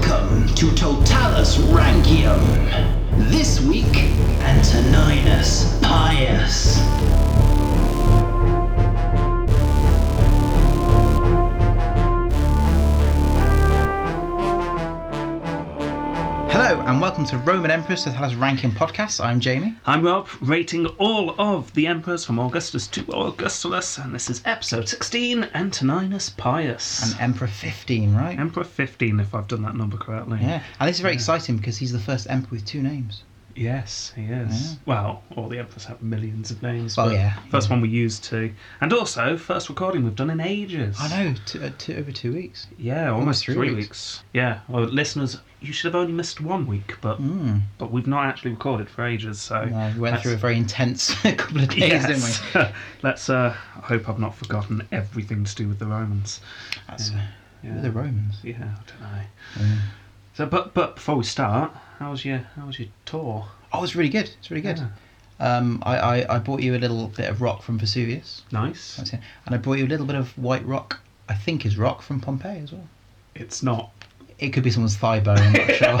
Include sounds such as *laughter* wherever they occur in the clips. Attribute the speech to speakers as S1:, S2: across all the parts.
S1: to Totalus Rankium. This week, Antoninus Pius.
S2: Hello and welcome to Roman Emperors Totalus Ranking Podcast. I'm Jamie.
S3: I'm Rob, rating all of the emperors from Augustus to Augustulus, and this is episode 16 Antoninus Pius.
S2: And Emperor 15, right?
S3: Emperor 15, if I've done that number correctly.
S2: yeah. And this is very exciting because he's the first emperor with two names.
S3: Yes, he is. Well, all the emperors have millions of names.
S2: Well,
S3: but
S2: yeah,
S3: First one we used to. And also, first recording we've done in ages.
S2: I know, two, uh, two, over two weeks.
S3: Yeah, almost,
S2: three
S3: three,
S2: weeks.
S3: weeks. Yeah, well, listeners, you should have only missed one week, but
S2: Mm.
S3: but we've not actually recorded for ages, so.
S2: No, we went
S3: that's-
S2: through
S3: *laughs*
S2: a very intense *laughs* couple of days, didn't we?
S3: Yes. *laughs* Let's uh, hope I've not forgotten everything to do with the Romans.
S2: That's,
S3: Yeah.
S2: The Romans.
S3: Yeah, I don't know. So, but but before we start, how was your how was your tour?
S2: Oh, it's really good. It's really good.
S3: Yeah.
S2: Um, I, I, I bought you a little bit of rock from Vesuvius.
S3: Nice.
S2: That's it. And I brought you a little bit of white rock, I think is rock from Pompeii as well.
S3: It's not
S2: It could be someone's thigh bone, I'm not sure.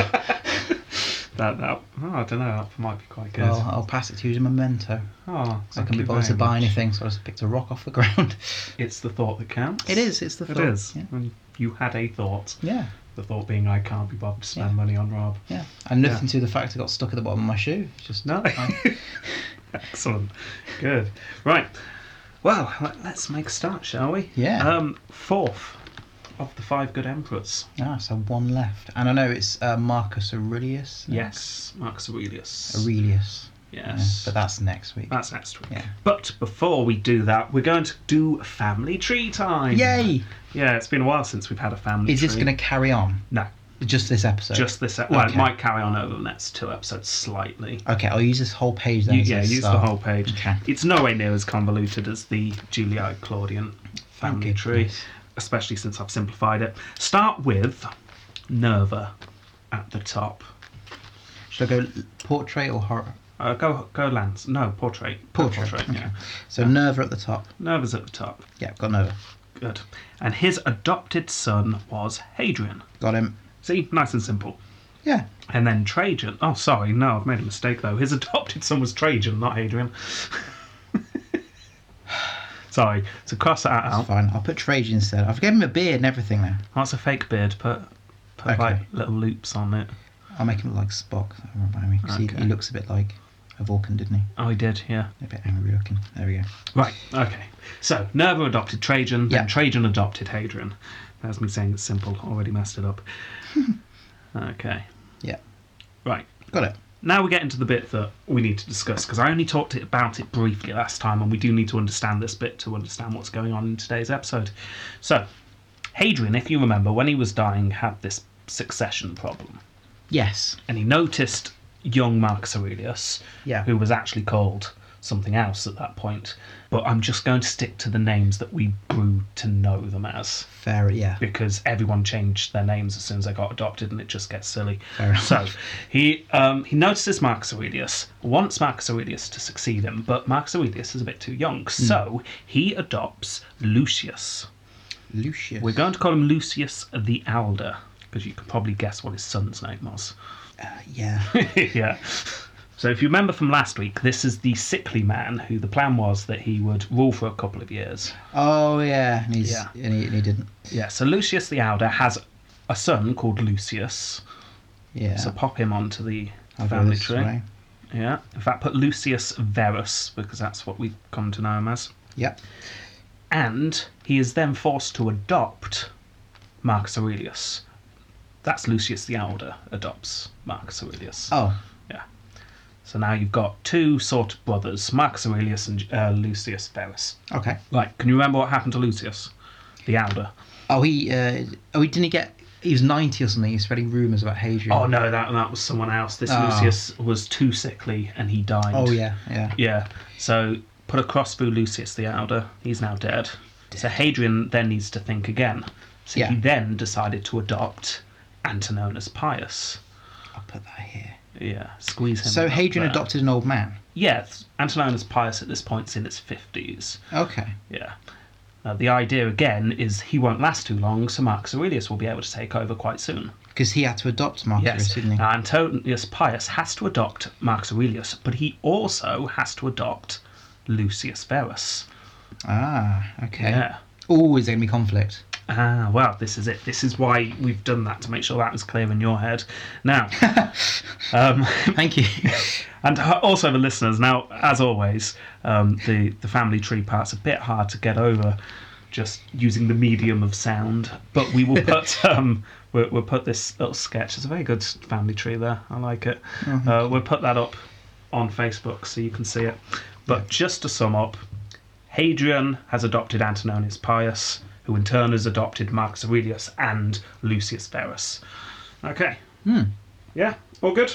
S3: that that. Oh, I don't know. That might be quite *laughs* good.
S2: well, I'll pass it to you as a memento. So
S3: oh,
S2: I
S3: thank
S2: couldn't be
S3: you
S2: bothered to
S3: very
S2: buy
S3: much.
S2: anything, so I just picked a rock off the
S3: *laughs*
S2: ground.
S3: It's the thought that counts.
S2: It is, it's the
S3: It
S2: thought,
S3: is.
S2: yeah.
S3: When you had a thought.
S2: yeah,
S3: The thought being, I can't be bothered to spend
S2: Yeah.
S3: money on Rob.
S2: yeah. And
S3: Yeah.
S2: nothing to the fact I got stuck at the bottom of my shoe. It's Just
S3: No. *laughs* Excellent. Good. Right. Well, let- let's make a start, shall we?
S2: Yeah.
S3: Um, fourth of the five good emperors.
S2: Ah, so one left. And I know it's uh, Marcus Aurelius. no?
S3: Yes, Marcus Aurelius.
S2: Aurelius. yeah,
S3: Yes.
S2: but that's next week.
S3: That's next week.
S2: Yeah.
S3: But before we do that, we're going to do family tree time.
S2: Yay!
S3: Yeah, it's been a while since we've had a family
S2: Is
S3: tree.
S2: this going to carry on?
S3: No,
S2: Just this episode?
S3: just this. Well,
S2: Okay.
S3: it might carry on over the next two episodes slightly.
S2: Okay, I'll use this whole page then.
S3: You-
S2: as
S3: yeah,
S2: a
S3: use the
S2: start.
S3: whole page.
S2: Okay.
S3: It's nowhere near as convoluted as the Julio Claudian family
S2: Thank
S3: tree,
S2: goodness.
S3: especially since I've simplified it. Start with Nerva at the top.
S2: Should I go l- portrait or horror?
S3: Uh, go, go, Lance. No, portrait. Go
S2: Portrait,
S3: yeah.
S2: So Nerva at the top.
S3: Nerva's at the top.
S2: Yeah, got Nerva.
S3: Good. And his adopted son was Hadrian.
S2: Got him.
S3: See, nice and simple.
S2: Yeah.
S3: And then Trajan. Oh, sorry, no, I've made a mistake though. His *laughs* adopted son was Trajan, not Hadrian. *laughs* sorry, so cross that
S2: That's
S3: out.
S2: fine. I'll put Trajan instead. I've given him a beard and everything now.
S3: That's a fake beard. Put, put
S2: Okay.
S3: like little loops on it.
S2: I'll make him look like Spock. That'll remind me. 'cause he,
S3: Okay.
S2: he looks a bit like a Vulcan, didn't he?
S3: Oh, he did, yeah.
S2: A bit angry looking. There we go.
S3: Right, okay. So Nerva adopted Trajan, then
S2: Yeah.
S3: Trajan adopted Hadrian. That's me saying it's simple. Already messed it up. *laughs* okay,
S2: Yeah.
S3: right.
S2: Got it.
S3: Now we get into the bit that we need to discuss because I only talked it- about it briefly last time, and we do need to understand this bit to understand what's going on in today's episode. So, Hadrian, if you remember, when he was dying, had this succession problem,
S2: Yes.
S3: and he noticed young Marcus Aurelius,
S2: Yeah.
S3: who was actually called something else at that point. But I'm just going to stick to the names that we grew to know them as
S2: Fair. Yeah.
S3: because everyone changed their names as soon as they got adopted, and it just gets silly.
S2: Fair enough.
S3: So he um, he notices Marcus Aurelius, wants Marcus Aurelius to succeed him, but Marcus Aurelius is a bit too
S2: Hmm.
S3: young, so he adopts Lucius.
S2: Lucius.
S3: We're going to call him Lucius the Elder because you can probably guess what his son's name
S2: *laughs*
S3: was.
S2: Yeah. *laughs*
S3: yeah. So if you remember from last week, this is the sickly man who the plan was that he would rule for a couple of years.
S2: Oh yeah. And he's
S3: Yeah.
S2: And, he, and he didn't.
S3: Yeah. So Lucius the Elder has a son called Lucius.
S2: Yeah.
S3: So pop him onto the
S2: I'll go
S3: family
S2: this
S3: tree.
S2: way.
S3: Yeah. In fact, put Lucius Verus because that's what we've come to know him as.
S2: Yep.
S3: And he is then forced to adopt Marcus Aurelius. That's Lucius the Elder adopts Marcus Aurelius.
S2: Oh.
S3: So now you've got two sort of brothers, Marcus Aurelius and uh, Lucius Verus.
S2: Okay.
S3: Right. Can you remember what happened to Lucius, the Elder?
S2: Oh he. Uh, oh he didn't he get. He was ninety or something. He's spreading rumours about Hadrian.
S3: Oh no, that that was someone else. This
S2: Oh.
S3: Lucius was too sickly and he died.
S2: Oh yeah. Yeah.
S3: Yeah. So put a cross through Lucius the Elder. He's now dead. So Hadrian then needs to think again. So
S2: Yeah.
S3: he then decided to adopt Antoninus Pius.
S2: I'll put that here.
S3: Yeah, squeeze him.
S2: So
S3: up
S2: Hadrian
S3: there.
S2: adopted an old man.
S3: Yeah, Antoninus Pius at this point's in his fifties.
S2: Okay.
S3: Yeah. Now the idea again is he won't last too long, so Marcus Aurelius will be able to take over quite soon.
S2: because he had to adopt Marcus Aurelius,
S3: Yes, Uh,
S2: didn't he?
S3: now, Antonius Pius has to adopt Marcus Aurelius, but he also has to adopt Lucius Verus.
S2: ah, okay.
S3: Yeah.
S2: Always going to be conflict.
S3: Ah, well, this is it. This is why we've done that to make sure that was clear in your head. Now, um,
S2: Thank
S3: *laughs*
S2: you.
S3: and also the listeners. Now, as always, um, the the family tree part's a bit hard to get over, just using the medium of sound. But we will put um, we'll, we'll put this little sketch. It's a very good family tree there. I like it. uh, we'll put that up on Facebook so you can see it. But just to sum up, Hadrian has adopted Antoninus Pius, who in turn has adopted Marcus Aurelius and Lucius Verus. Okay. Yeah. All good.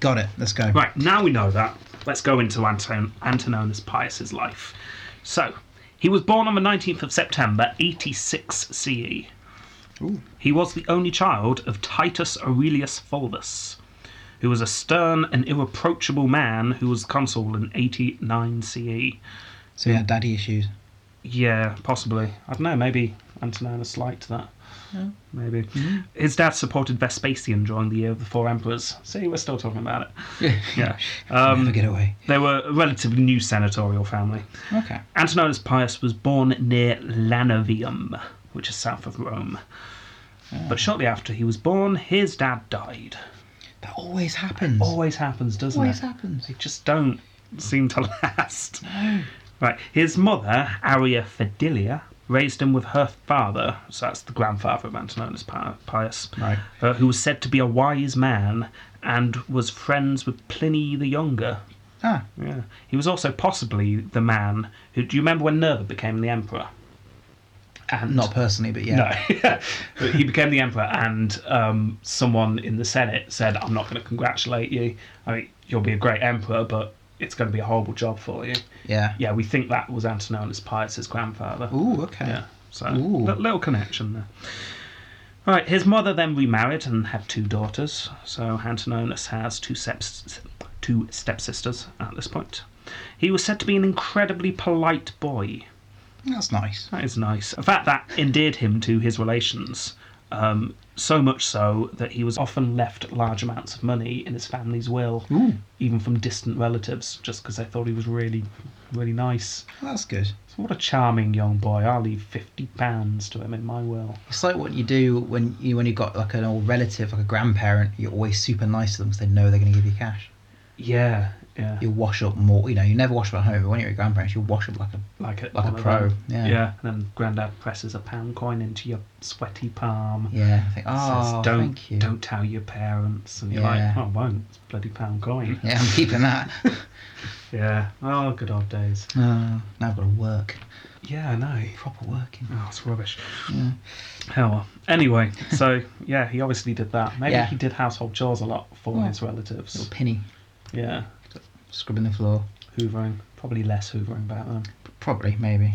S2: Got it. Let's go.
S3: Right, now we know that, let's go into Anton- Antoninus Pius's life. So, he was born on the 19th of September 86 CE.
S2: Ooh.
S3: He was the only child of Titus Aurelius Fulvus, who was a stern and irreproachable man who was consul in 89 CE.
S2: So he had daddy issues.
S3: Yeah, possibly. I don't know, maybe Antoninus liked that. Maybe. His dad supported Vespasian during the year of the four emperors. See, we're still talking about it. Yeah. Um,
S2: Never get away.
S3: they were a relatively new senatorial family.
S2: Okay.
S3: Antoninus Pius was born near Lanovium, which is south of Rome. But shortly after he was born, his dad died.
S2: That always happens.
S3: Always happens, doesn't
S2: Always
S3: it?
S2: happens.
S3: They just don't seem to *laughs* last. Right, his mother, Aria Fidelia, raised him with her father, so that's the grandfather of Antoninus Pi- Pius,
S2: Right.
S3: uh, who was said to be a wise man and was friends with Pliny the Younger,
S2: Ah,
S3: yeah. He was also possibly the man who. Do you remember when Nerva became the emperor? And
S2: not personally, but yeah.
S3: *laughs* No. *laughs* But he became the emperor, and um, someone in the Senate said, I'm not going to congratulate you. I mean, you'll be a great emperor, but it's going to be a horrible job for you.
S2: Yeah.
S3: Yeah, we think that was Antoninus Pius's grandfather.
S2: Ooh, okay.
S3: Yeah. So,
S2: Ooh.
S3: li- little connection there. All right, his mother then remarried and had two daughters. So Antoninus has two, steps, two stepsisters at this point. He was said to be an incredibly polite boy.
S2: That's nice.
S3: That is nice. In fact, that endeared him to his relations. Um, so much so that he was often left large amounts of money in his family's will,
S2: Ooh.
S3: even from distant relatives, just because they thought he was really, really nice.
S2: That's good.
S3: So what a charming young boy. I'll leave fifty pounds to him in my will.
S2: It's like what you do when you when you've got like an old relative, like a grandparent. You're always super nice to them because they know they're going to give you cash.
S3: Yeah, yeah.
S2: You wash up more. You know, you never wash up at home. But when you're at your grandparents, you wash up like a
S3: Like a
S2: Like a
S3: one of
S2: pro,
S3: them.
S2: yeah.
S3: Yeah. And then Grandad presses a pound coin into your sweaty palm.
S2: yeah. I think,
S3: Says,
S2: oh,
S3: don't
S2: thank you.
S3: don't tell your parents, and you're
S2: Yeah.
S3: like, oh, I won't. It's a bloody pound coin.
S2: *laughs* Yeah, I'm keeping that.
S3: Yeah. Oh, good old days.
S2: Oh, now I've got to work.
S3: Yeah, I know.
S2: Proper working.
S3: Oh, it's rubbish. Oh well. Anyway,
S2: *laughs*
S3: so yeah, he obviously did that. Maybe
S2: Yeah. Oh.
S3: he did household chores a lot for
S2: Yeah.
S3: his relatives.
S2: Little penny
S3: Yeah.
S2: scribbling the floor.
S3: Hoovering. Probably less hoovering back then.
S2: Probably, maybe.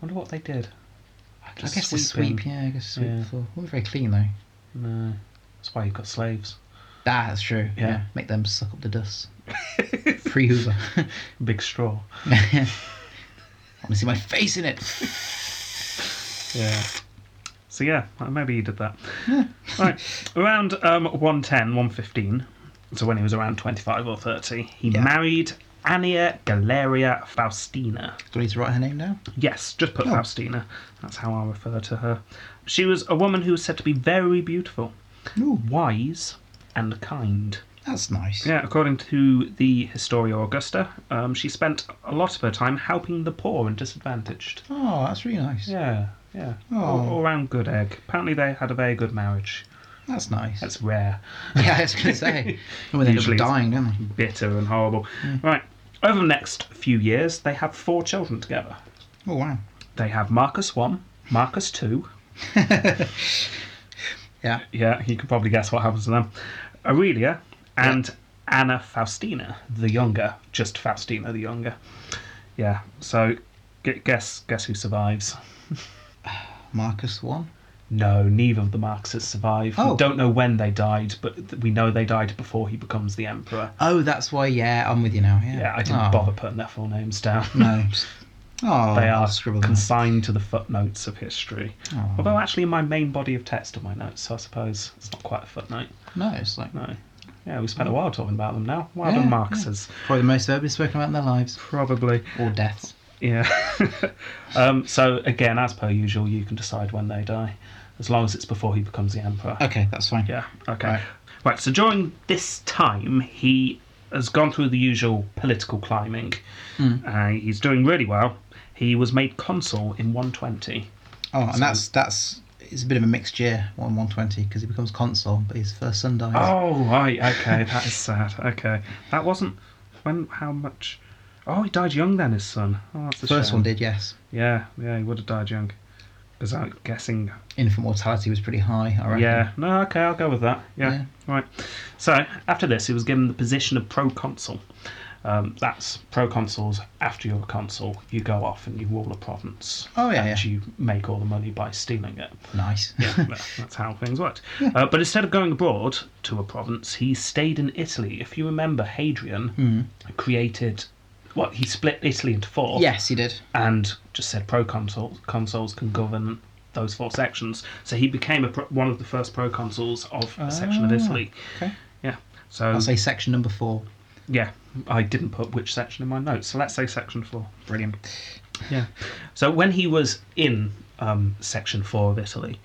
S3: Wonder what they did.
S2: I guess the
S3: sweeping.
S2: sweep. Yeah, I guess sweep
S3: Yeah.
S2: the floor. Always very clean though.
S3: No, that's why you've got slaves.
S2: That's true.
S3: Yeah.
S2: Make them suck up the
S3: *laughs*
S2: dust. Free *laughs* Hoover.
S3: Big straw.
S2: I want to see my face in it.
S3: Yeah. So yeah, well, maybe he did that. right. Around um, 110, 115, so when he was around 25 or 30, he
S2: Yeah.
S3: married Annia Galeria Faustina.
S2: Do I need to write her name down?
S3: Yes, just put Faustina. That's how I refer to her. She was a woman who was said to be very beautiful,
S2: Ooh,
S3: wise, and kind.
S2: that's nice.
S3: Yeah, according to the Historia Augusta, um, she spent a lot of her time helping the poor and disadvantaged.
S2: Oh, that's really nice.
S3: Yeah, yeah.
S2: Oh.
S3: All, all round good egg. Apparently, they had a very good marriage.
S2: That's nice.
S3: That's rare.
S2: *laughs* yeah, I was going to
S3: *laughs*
S2: say. Oh, they end up
S3: Usually it's-
S2: dying, don't they?
S3: Bitter and horrible.
S2: Mm.
S3: Right. Over the next few years, they have four children together.
S2: Oh, wow.
S3: They have Marcus 1, Marcus 2,
S2: Yeah.
S3: Yeah, you can probably guess what happens to them. Aurelia and Anna Faustina the younger, just Faustina the younger. Yeah, so gu- guess guess who survives?
S2: Marcus 1.
S3: No, neither of the Marxists survive.
S2: Oh.
S3: We don't know when they died, but th- we know they died before he becomes the emperor.
S2: Oh, that's why, yeah, I'm with you now. Yeah,
S3: Yeah, I didn't
S2: Oh,
S3: bother putting their full names down.
S2: No. just Oh,
S3: *laughs* they are
S2: scribble them.
S3: consigned to the footnotes of history.
S2: Oh.
S3: Although, actually, in my main body of text are my notes, so I suppose it's not quite a footnote.
S2: No, it's like
S3: No. Yeah, we spent a while talking about them now. Well
S2: Yeah,
S3: done, Marcuses.
S2: probably the most they've ever spoken about in their lives
S3: Probably.
S2: or deaths.
S3: Yeah. *laughs* um, so, again, as per usual, you can decide when they die, as long as it's before he becomes the emperor.
S2: Okay, that's fine.
S3: Yeah, okay.
S2: Right.
S3: Right. so during this time, he has gone through the usual political climbing. Uh, he's doing really well. He was made consul in 120.
S2: Oh, and that's that's it's a bit of a mixed year one one twenty because he becomes consul, but his first son dies.
S3: Oh, right, okay, *laughs* that is sad. Okay. That wasn't. When, how much? Oh, he died young then, his son. Oh, that's a
S2: first
S3: shame.
S2: one did, yes.
S3: Yeah, yeah, he would have died young. Because I'm guessing.
S2: Infant mortality was pretty high. I reckon.
S3: Yeah, no, okay, I'll go with that. Yeah,
S2: Yeah.
S3: right. So after this, he was given the position of proconsul. Um, that's proconsuls. After you're a consul, you go off and you rule a province.
S2: Oh, yeah,
S3: and
S2: yeah.
S3: you make all the money by stealing it.
S2: Nice.
S3: Yeah, well, that's how things worked. Uh, but instead of going abroad to a province, he stayed in Italy. If you remember, Hadrian created. What he split Italy into
S2: *laughs*
S3: four
S2: yes, he did.
S3: and just said pro consuls consoles can govern those four sections. So he became a pro- one of the first pro consuls of a section of
S2: Ah,
S3: Italy.
S2: Okay.
S3: Yeah. So
S2: I'll say section number four.
S3: yeah, I didn't put which section in my notes. So let's say section four.
S2: Brilliant.
S3: Yeah. So when he was in um, section four
S2: *laughs*
S3: of Italy,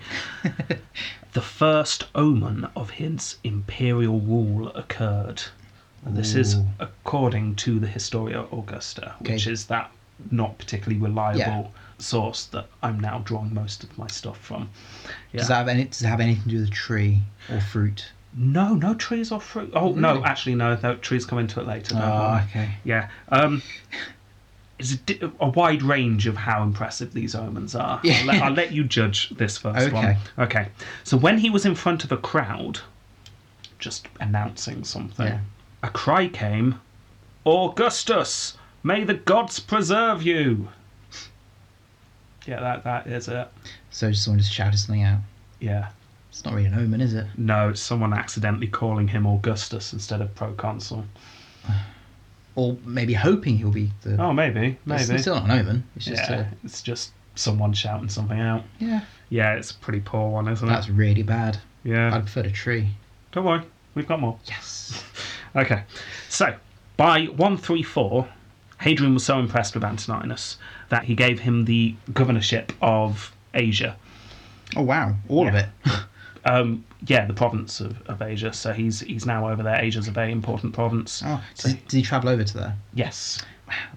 S3: the first omen of his imperial rule occurred. And this is
S2: Ooh.
S3: according to the Historia Augusta, which
S2: Okay.
S3: is that not particularly reliable source that I'm now drawing most of my stuff from. Yeah.
S2: Does that have any? Does it have anything to do with the tree or fruit?
S3: No, no trees or fruit. Oh no,
S2: Really?
S3: actually no, no trees come into it later. No,
S2: Oh, okay.
S3: Yeah. Um, it's a, di- a wide range of how impressive these omens are.
S2: Yeah.
S3: I'll, let, I'll let you judge this first one.
S2: Okay.
S3: Okay. So when he was in front of a crowd, just announcing something,
S2: Yeah.
S3: a cry came, "Augustus, may the gods preserve you." Yeah, that that is it.
S2: So just someone just shouted something out.
S3: Yeah.
S2: It's not really an omen, is it?
S3: No, it's someone accidentally calling him Augustus instead of proconsul.
S2: Or maybe hoping he'll be the.
S3: Oh, maybe, maybe.
S2: It's, it's still not an omen. It's just
S3: yeah,
S2: a.
S3: it's just someone shouting something out.
S2: Yeah.
S3: Yeah, it's a pretty poor one, isn't
S2: That's
S3: it?
S2: really bad.
S3: Yeah.
S2: I'd prefer a tree.
S3: Don't worry, we've got more.
S2: Yes.
S3: Okay, so by 134, Hadrian was so impressed with Antoninus that he gave him the governorship of Asia.
S2: Oh wow! All of
S3: Yeah.
S2: it.
S3: Um, yeah, the province of, of Asia. So he's he's now over there. Asia's a very important province.
S2: Oh, *laughs*
S3: So-
S2: did, did he travel over to there?
S3: yes.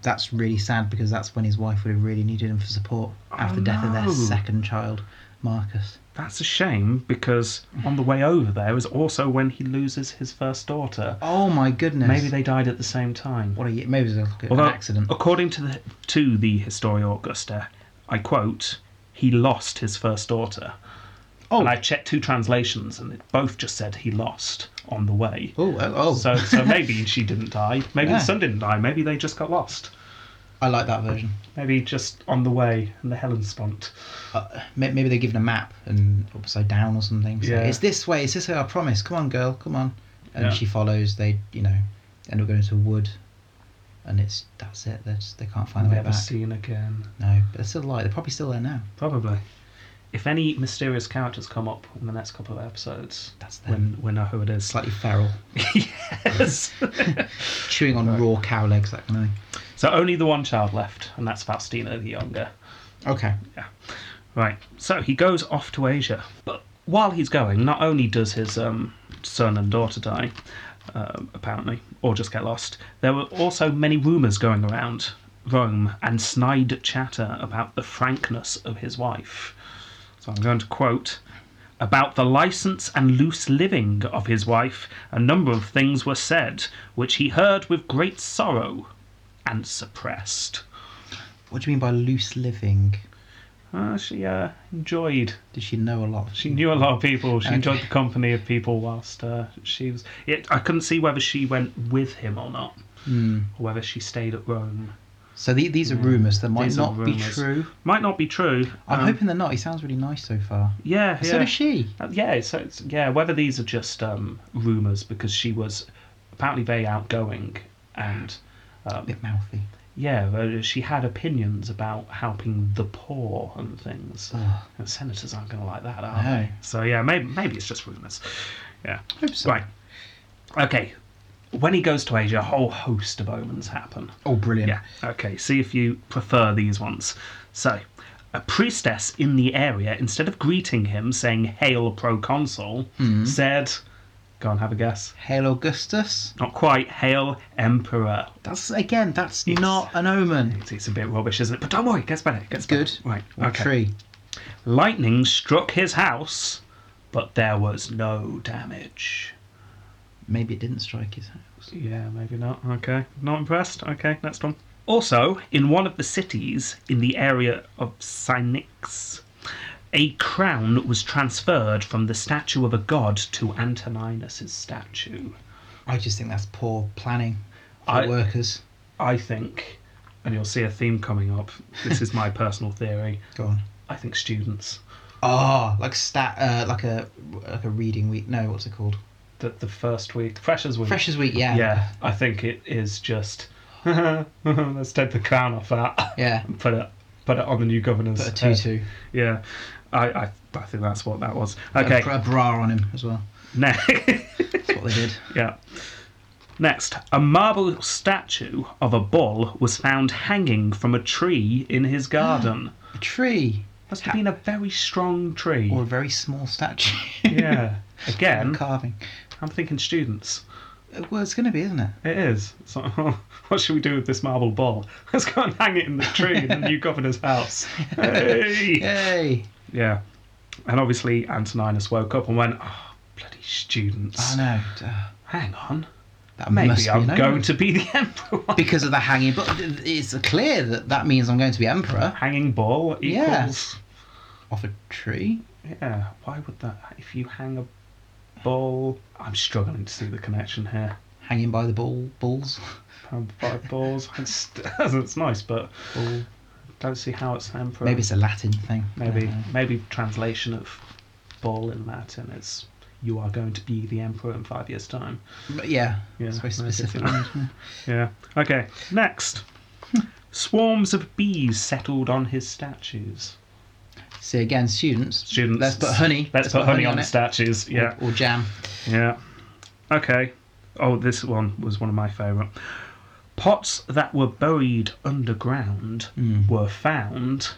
S2: That's really sad because that's when his wife would have really needed him for support after the death of their
S3: no.
S2: second child, Marcus.
S3: That's a shame because on the way over there is also when he loses his first daughter.
S2: Oh my goodness!
S3: Maybe they died at the same time.
S2: What a ye- maybe it was like a-
S3: Although, Oh.
S2: an accident.
S3: According to the to the Historia Augusta, I quote, he lost his first daughter.
S2: Oh.
S3: And I checked two translations and it both just said he lost on the way.
S2: Oh, oh, oh.
S3: So so maybe she didn't die. Maybe
S2: Yeah.
S3: the son didn't die. Maybe they just got lost.
S2: I like that version.
S3: Maybe just on the way in the Hellenspont.
S2: Uh, may- maybe they're given a map and upside down or something. So
S3: Yeah.
S2: It's this way. It's this way. I promise. Come on, girl. Come on. And
S3: Yeah.
S2: she follows. They, you know, end up going to a wood, and it's that's it. They just, they can't find the way
S3: Never
S2: back.
S3: seen again.
S2: No, but they're still alive. They're probably still there now.
S3: Probably. If any mysterious characters come up in the next couple of episodes,
S2: That's them.
S3: when we know who it is.
S2: Slightly feral,
S3: *laughs* yes.
S2: chewing on raw cow legs, that kind of thing.
S3: so only the one child left, and that's Faustina the Younger.
S2: Okay.
S3: Right. So he goes off to Asia. But while he's going, not only does his um, son and daughter die, um, apparently, or just get lost, there were also many rumours going around Rome and snide chatter about the frankness of his wife. So I'm going to quote. About the license and loose living of his wife, a number of things were said, which he heard with great sorrow and suppressed.
S2: What do you mean by loose living?
S3: Uh, she uh, enjoyed
S2: Did she know a lot?
S3: She knew a lot of people. She
S2: Okay.
S3: enjoyed the company of people whilst uh, she was. It, I couldn't see whether she went with him or not, or whether she stayed at Rome.
S2: Hmm. So the, these are rumours that might
S3: Hmm. These are
S2: not be
S3: rumours.
S2: true.
S3: Might not be true.
S2: I'm
S3: um,
S2: hoping they're not. He sounds really nice so far.
S3: Yeah,
S2: So
S3: yeah,
S2: does she.
S3: Uh, yeah. So it's, yeah, whether these are just um, rumors because she was apparently very outgoing and um,
S2: A bit mouthy.
S3: yeah, uh, she had opinions about helping the poor and things.
S2: Ugh.
S3: And senators aren't going to like that, are
S2: Ah. No.
S3: they? So yeah, maybe maybe it's just rumours. Yeah.
S2: Hope so.
S3: Right. Okay. When he goes to Asia, a whole host of omens happen.
S2: Oh, brilliant.
S3: Yeah. Okay. See if you prefer these ones. So, a priestess in the area, instead of greeting him saying "Hail, proconsul," said, "Go and have a guess."
S2: Hail Augustus.
S3: Not quite. Hail, emperor.
S2: That's again. That's not an omen.
S3: It's, it's a bit rubbish, isn't it? But don't worry, it gets better. It gets
S2: Good.
S3: Better. Right.
S2: Or
S3: okay.
S2: Tree.
S3: Lightning struck his house, but there was no damage.
S2: Maybe it didn't strike his house.
S3: Yeah, maybe not. Okay. Not impressed. Okay, next one. Also, in one of the cities in the area of Cynix, a crown was transferred from the statue of a god to Antoninus's statue.
S2: I just think that's poor planning for
S3: I-
S2: workers.
S3: I think, and you'll see a theme coming up, this
S2: *laughs*
S3: is my personal theory,
S2: Go on.
S3: I think students.
S2: Oh, like stat, uh, like a like a reading week. No, what's it called?
S3: That the first week, freshers week.
S2: Freshers week. Yeah.
S3: yeah, I think it is just *laughs* let's take the crown off that *laughs*
S2: Yeah.
S3: and put it put it on the new governor's
S2: Put a
S3: head.
S2: tutu.
S3: Yeah, I, I I think that's what that was. Okay, *laughs*
S2: Put a bra on him as well.
S3: ne-
S2: That's what they did.
S3: yeah. Next, a marble statue of a bull was found hanging from a tree in
S2: *gasps*
S3: his garden.
S2: *laughs* A tree
S3: Must have been a very strong tree.
S2: or a very small statue.
S3: *laughs* yeah.
S2: *laughs* And *laughs*
S3: Again,
S2: carving.
S3: I'm thinking students.
S2: Well, it's going to be, isn't it?
S3: It is. So, *laughs* what should we do with this marble ball? *laughs* Let's go and hang it in the tree in the
S2: *laughs*
S3: new governor's house. Hey!
S2: Yay!
S3: Yeah. And obviously, Antoninus woke up and went, oh, bloody students.
S2: I know. duh.
S3: Hang on.
S2: That must
S3: Maybe
S2: be
S3: I'm
S2: an
S3: going
S2: omen.
S3: to be the *laughs* emperor.
S2: because of the hanging. But it's clear that that means I'm going to be emperor
S3: Hanging ball
S2: Yeah.
S3: equals.
S2: off a tree.
S3: Yeah. Why would that? If you hang a ball. I'm struggling to see the connection here.
S2: Hanging by the ball balls.
S3: Pound five balls. *laughs* It's, it's nice, but
S2: Ball.
S3: don't see how it's emperor.
S2: Maybe it's a Latin thing.
S3: Maybe
S2: Uh,
S3: maybe translation of ball in Latin is you are going to be the emperor in five years' time.
S2: But yeah.
S3: Yeah,
S2: It's very
S3: maybe it's
S2: specific.
S3: in-
S2: isn't it?
S3: Yeah. Okay. Next. *laughs* Swarms of bees settled on his statues.
S2: See again, students.
S3: Students.
S2: Let's put honey.
S3: Let's, put, honey, on, the
S2: it.
S3: statues. Yeah.
S2: Or jam.
S3: Yeah. Okay. Oh, this one was one of my favourite. Pots that were buried underground
S2: Hmm.
S3: were found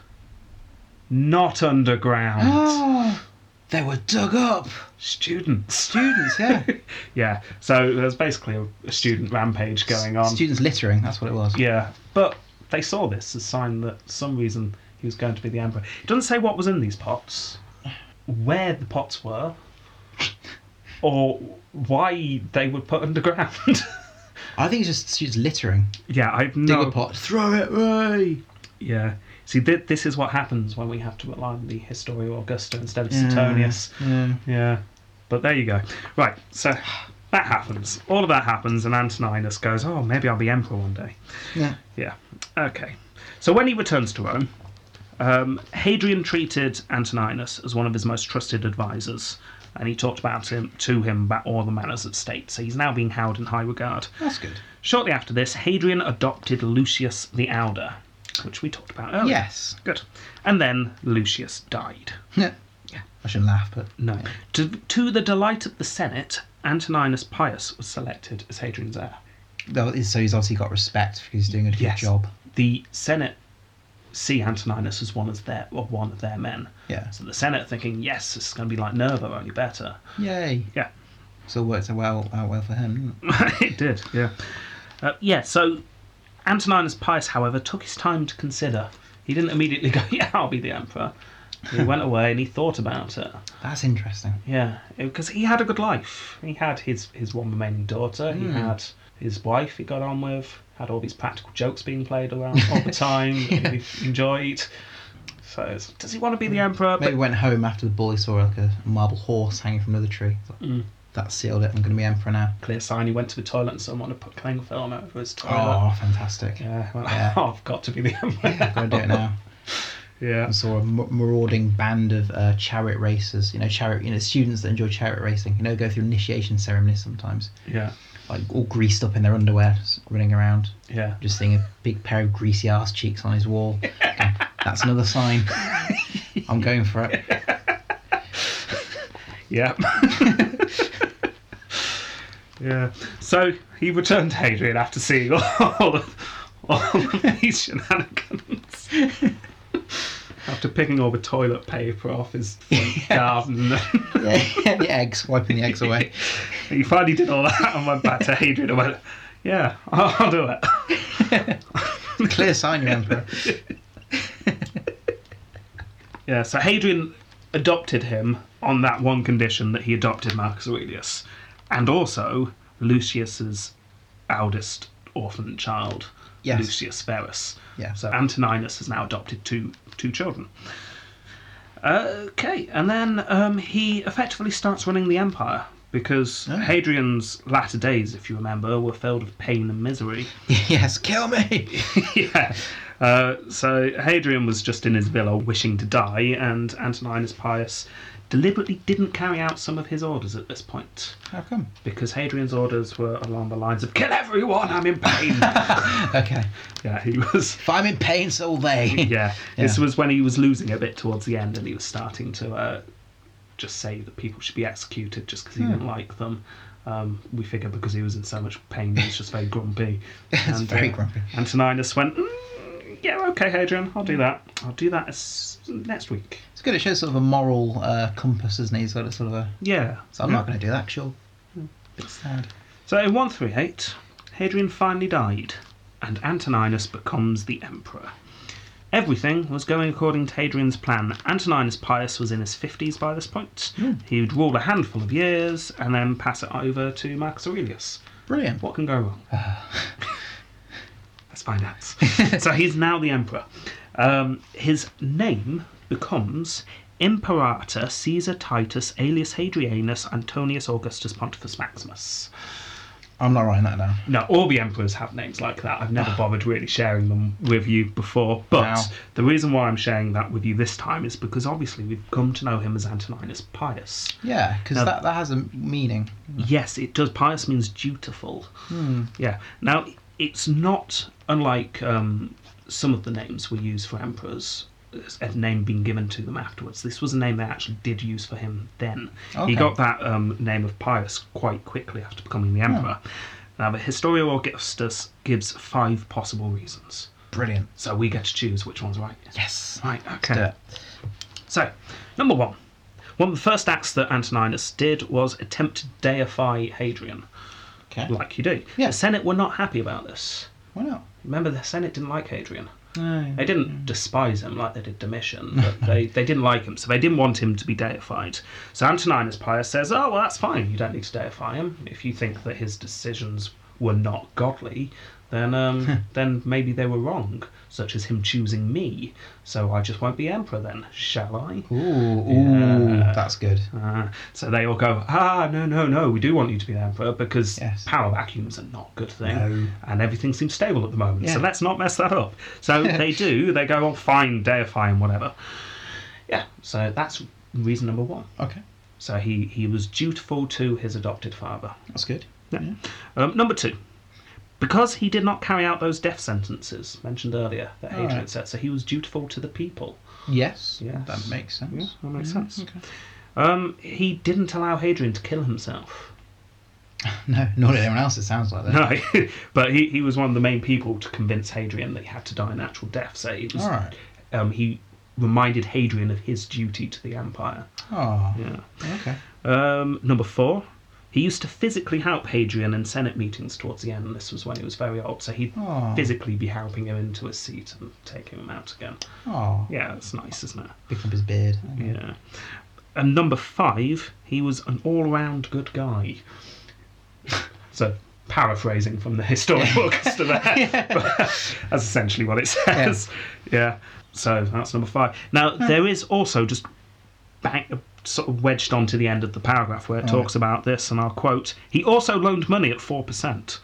S3: not underground.
S2: Oh, they were dug up.
S3: Students.
S2: Students. Yeah.
S3: *laughs* Yeah, so there's basically a, a student rampage going on.
S2: Students littering. That's what it was.
S3: yeah, but they saw this as a sign that for some reason he was going to be the emperor. It doesn't say what was in these pots, where the
S2: *laughs*
S3: pots were, or why they were put underground. *laughs*
S2: I think it's just students littering.
S3: yeah, I've
S2: Dig a
S3: no.
S2: pot. Throw it away.
S3: Yeah, see, th- this is what happens when we have to rely on the Historia Augusta instead of Suetonius.
S2: Yeah.
S3: Yeah, but there you go. Right, so that happens. All of that happens, and Antoninus goes, "Oh, maybe I'll be emperor one day."
S2: Yeah.
S3: Yeah. Okay. So when he returns to Rome, um, Hadrian treated Antoninus as one of his most trusted advisors, and he talked about him to him about all the manners at state. So he's now being held in high regard.
S2: That's good.
S3: Shortly after this, Hadrian adopted Lucius the Elder, which we talked about earlier.
S2: Yes.
S3: Good. And then Lucius died.
S2: Yeah. I shouldn't laugh, but
S3: No. To, to the delight of the Senate, Antoninus Pius was selected as Hadrian's heir.
S2: though, so he's obviously got respect because he's doing a good job.
S3: The Senate see Antoninus as one of their or one of their men.
S2: Yeah.
S3: So the Senate thinking, yes, this is going to be like Nerva, only better.
S2: Yay.
S3: Yeah,
S2: So worked out well out well for him. didn't it?
S3: *laughs* it did. Yeah, uh, yeah. So Antoninus Pius, however, took his time to consider. He didn't immediately *laughs* go, yeah, I'll be the emperor. He went away and he thought about it.
S2: That's interesting.
S3: Yeah, because he had a good life. He had his, his one remaining daughter.
S2: Hmm.
S3: He had his wife. He got on with. Had all these practical jokes being played around
S2: *laughs*
S3: all the time. that He enjoyed. So it's- does he want to be the emperor?
S2: Hmm. Maybe went home after the boy saw like a marble horse hanging from another tree. It's like, That sealed it. I'm going to be emperor now.
S3: But Hmm. clear sign. He went to the toilet and someone had put cling film over his toilet.
S2: Oh, fantastic. *laughs*
S3: Yeah, well,
S2: Yeah.
S3: *laughs* I've got to be the emperor.
S2: I've got to do it now.
S3: Yeah.
S2: I saw a ma- marauding band of uh, chariot racers. You know, chariot. You know, students that enjoy chariot racing. You know, go through initiation ceremonies sometimes.
S3: Yeah.
S2: like all greased up in their underwear, just running around.
S3: Yeah.
S2: Just seeing a big pair of greasy ass cheeks on his wall. That's another sign. I'm going for it.
S3: Yeah. *laughs* yeah. So he returned to Hadrian after seeing all of, all of these shenanigans. after picking all the toilet paper off his front garden.
S2: Yeah, *laughs* the eggs, wiping the eggs
S3: *laughs*
S2: away.
S3: he finally did all that and went back to Hadrian and went, Yeah, I'll, I'll do it.
S2: Clear sign, your emperor. *laughs*
S3: Yeah, so Hadrian adopted him on that one condition that he adopted Marcus Aurelius and also Lucius's eldest orphan child,
S2: Yes.
S3: Lucius Verus.
S2: Yeah.
S3: So Antoninus has now adopted two two children. Okay, and then um, he effectively starts running the empire because
S2: Oh.
S3: Hadrian's latter days, if you remember, were filled with pain and misery.
S2: yes, kill me.
S3: *laughs* yeah. Uh, so Hadrian was just in his villa wishing to die, and Antoninus Pius deliberately didn't carry out some of his orders at this point
S2: How come?
S3: because Hadrian's orders were along the lines of "Kill everyone, I'm in pain." *laughs*
S2: Okay.
S3: yeah, he was.
S2: If I'm in pain, so will they.
S3: *laughs* Yeah, this
S2: Yeah.
S3: was when he was losing a bit towards the end, and he was starting to uh, just say that people should be executed just because he didn't like them. Um, we figure because he was in so much pain, he was just very grumpy.
S2: *laughs* It's very grumpy.
S3: Antoninus went, "Mm, yeah, okay, Hadrian, I'll do that. I'll do that as, next week.
S2: It's good. It shows sort of a moral uh, compass, isn't it? Sort of, sort of a.
S3: Yeah.
S2: So I'm not
S3: Hmm.
S2: going to do that. Sure. Bit sad.
S3: So in 138, Hadrian finally died, and Antoninus becomes the emperor. Everything was going according to Hadrian's plan. Antoninus Pius was in his 50s by this point. He would rule a handful of years and then pass it over to Marcus Aurelius.
S2: Brilliant.
S3: What can go wrong? That's finance. *laughs* so he's now the emperor. Um, his name becomes Imperator Caesar Titus alias Hadrianus Antonius Augustus Pontifex Maximus.
S2: I'm not writing that down.
S3: No, all the emperors have names like that. I've never bothered really sharing them with you before. But
S2: No.
S3: the reason why I'm sharing that with you this time is because obviously we've come to know him as Antoninus Pius.
S2: Yeah, because
S3: No.
S2: that, that has a meaning.
S3: Yes, it does. Pious means dutiful. Yeah. Now, it's not unlike um, some of the names we use for emperors, uh, a name being given to them afterwards. This was a name they actually did use for him then.
S2: Okay.
S3: He got that um, name of Pius quite quickly after becoming the emperor. Now, the Historia Augustus gives five possible reasons.
S2: Brilliant.
S3: So we get to choose which one's right.
S2: Yes.
S3: Right, okay.
S2: Do it.
S3: So, number one. One of the first acts that Antoninus did was attempt to deify Hadrian
S2: Okay.
S3: like you do.
S2: Yeah.
S3: The Senate were not happy about this.
S2: Why not?
S3: Remember, the Senate didn't like Hadrian.
S2: No.
S3: They didn't despise him like they did Domitian, but *laughs* they, they didn't like him, so they didn't want him to be deified. So Antoninus Pius says, Oh, well, that's fine. You don't need to deify him. If you think that his decisions were not godly, then, um, then maybe they were wrong, such as him choosing me. So I just won't be emperor then, shall I?
S2: Ooh, ooh,
S3: Yeah.
S2: that's good.
S3: Uh, so they all go, ah, no, no, no, we do want you to be the emperor because
S2: Yes.
S3: power vacuums are not a good thing,
S2: No.
S3: and everything seems stable at the moment. So
S2: Yeah.
S3: let's not mess that up.
S2: *laughs*
S3: So they do. They go, oh, fine, deify him, whatever. Yeah. So that's reason number one.
S2: Okay,
S3: So he he was dutiful to his adopted father.
S2: that's good.
S3: Yeah. Um, number two, because he did not carry out those death sentences mentioned earlier that Hadrian
S2: Alright.
S3: said, so he was dutiful to the people.
S2: Yes,
S3: Yes.
S2: that makes sense.
S3: Yeah, that makes
S2: Yeah,
S3: sense.
S2: Okay.
S3: Um, he didn't allow Hadrian to kill himself.
S2: No, not anyone else. It sounds like that.
S3: *laughs* No, but he, he was one of the main people to convince Hadrian that he had to die a natural death. So it was,
S2: All right.
S3: um, he reminded Hadrian of his duty to the empire.
S2: Oh,
S3: Yeah.
S2: okay.
S3: Um, number four, he used to physically help Hadrian in Senate meetings towards the end. This was when he was very old, so he'd
S2: Oh.
S3: physically be helping him into his seat and taking him out again.
S2: Oh,
S3: Yeah, that's nice, isn't it?
S2: picking up his beard. Okay.
S3: Yeah. And number five, he was an all round good guy. *laughs* so, paraphrasing from the historic Augusta *laughs* there, but that's essentially what it says. Yeah. So, that's number five. Now, there is also just bang, sort of wedged onto the end of the paragraph where it talks about this, and I'll quote He also loaned money at 4%.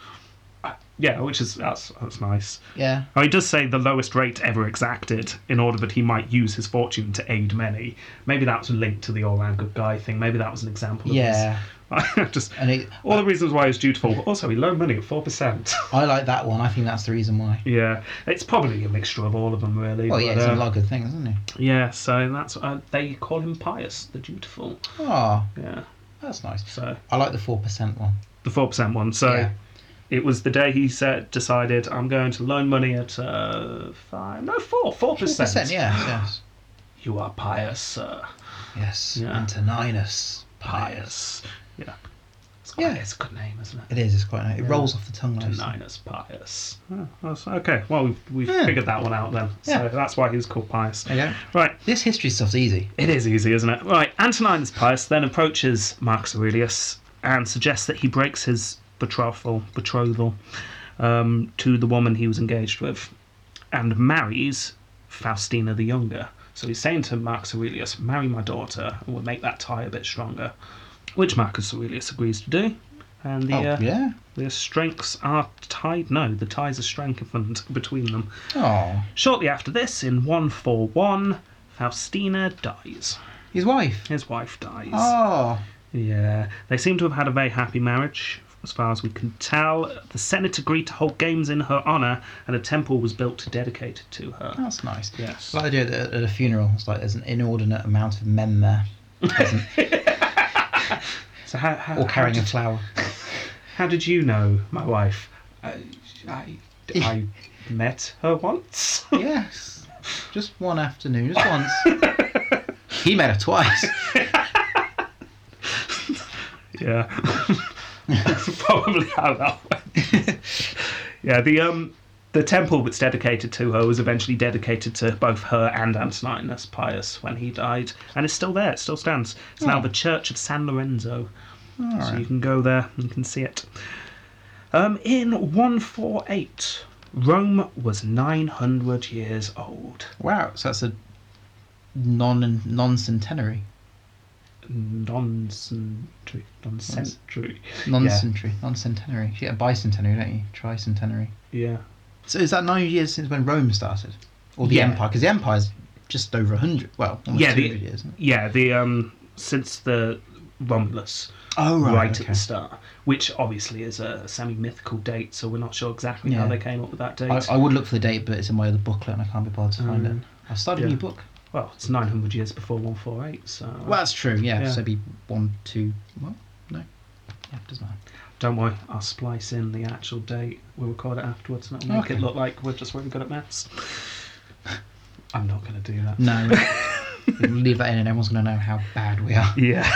S3: I- Uh, Yeah, which is that's that's nice.
S2: Yeah.
S3: Now, he does say the lowest rate ever exacted in order that he might use his fortune to aid many. Maybe that was linked to the all round good guy thing. Maybe that was an example of
S2: Yeah.
S3: his. *laughs* just
S2: And it,
S3: all the reasons why he's dutiful, but also he loaned money at 4%.
S2: I like that one. I think that's the reason why.
S3: *laughs* yeah, it's probably a mixture of all of them, really.
S2: Well, yeah,
S3: but,
S2: he's done a
S3: uh,
S2: lot of good things, isn't he?
S3: yeah, so that's uh, they call him pious, the dutiful.
S2: Oh,
S3: Yeah,
S2: that's nice.
S3: so
S2: I like the 4% one.
S3: the 4% one. So
S2: Yeah.
S3: it was the day he said, decided, I'm going to loan money at uh, 5, no, 4, 4%.
S2: 4%, yes, yes.
S3: You are pious, sir.
S2: Yes.
S3: Yeah.
S2: Antoninus. Pious.
S3: Pius. Yeah. It's quite,
S2: Yeah.
S3: it's a good name, isn't it?
S2: It is, it's quite nice. It rolls off the tongue nice.
S3: Antoninus Pius. Oh, that's- okay, well, we've, we've
S2: Yeah.
S3: figured that one out then.
S2: Yeah.
S3: So that's why he was called Pius.
S2: There you go.
S3: Right,
S2: This history stuff's easy.
S3: it is easy, isn't it? Right, Antoninus Pius then approaches Marcus Aurelius and suggests that he breaks his betrothal, betrothal um, to the woman he was engaged with and marries Faustina the Younger. So he's saying to Marcus Aurelius, marry my daughter and we'll make that tie a bit stronger, which Marcus Aurelius agrees to do. And the,
S2: Oh,
S3: uh,
S2: yeah.
S3: the strengths are tied. No, the ties are strengthened between them.
S2: Oh,
S3: Shortly after this, in 141, Faustina dies.
S2: his wife.
S3: His wife dies.
S2: Oh,
S3: Yeah. They seem to have had a very happy marriage, as far as we can tell. The Senate agreed to hold games in her honour, and a temple was built dedicated to her.
S2: that's nice.
S3: Yes.
S2: I like the idea that at a funeral, it's like there's an inordinate amount of men there,
S3: So, how, how,
S2: all carrying
S3: how,
S2: a
S3: did,
S2: flower.
S3: how did you know my wife? I, I,
S2: *laughs*
S3: I met her once. *laughs*
S2: yes. Just one afternoon, just once. he met her twice.
S3: Yeah. *laughs* That's probably how that
S2: *laughs*
S3: went. yeah, the um the temple that's dedicated to her was eventually dedicated to both her and Antoninus Pius when he died, and it's still there. It still stands. It's now
S2: Oh.
S3: the Church of San Lorenzo,
S2: All
S3: so you
S2: right.
S3: can go there and you can see it. Um, in one four eight, Rome was nine hundred years old.
S2: Wow, so that's a non non centenary,
S3: Non-century, non-century.
S2: non century, non centenary. You get a bicentenary, don't you? Tricentenary.
S3: Yeah.
S2: So is that nine years since when Rome started, or the
S3: Yeah.
S2: empire? Because the empire's just over hundred. Well, almost
S3: Yeah,
S2: yeah,
S3: the-
S2: two hundred years. Isn't it?
S3: Yeah, the um since the Romulus
S2: Oh
S3: right,
S2: right,
S3: at
S2: okay.
S3: the start, which obviously is a semi-mythical date, so we're not sure exactly how
S2: Yeah.
S3: they came up with that date.
S2: I, I would look for the date, but it's in my other booklet, and I can't be bothered to find
S3: Um,
S2: it. I've started
S3: yeah.
S2: a new book.
S3: Well, it's 900 years before 148, so
S2: Well, that's true. Yeah,
S3: Yeah.
S2: so it'd be one, two. Well, no, yeah, doesn't matter.
S3: don't worry, I'll splice in the actual date. We'll record it afterwards, and it'll make
S2: Okay.
S3: it look like we're just really good
S2: *laughs*
S3: at maths. I'm not going to do that.
S2: No, *laughs* we'll leave that in, and everyone's going to know how bad we are.
S3: Yeah.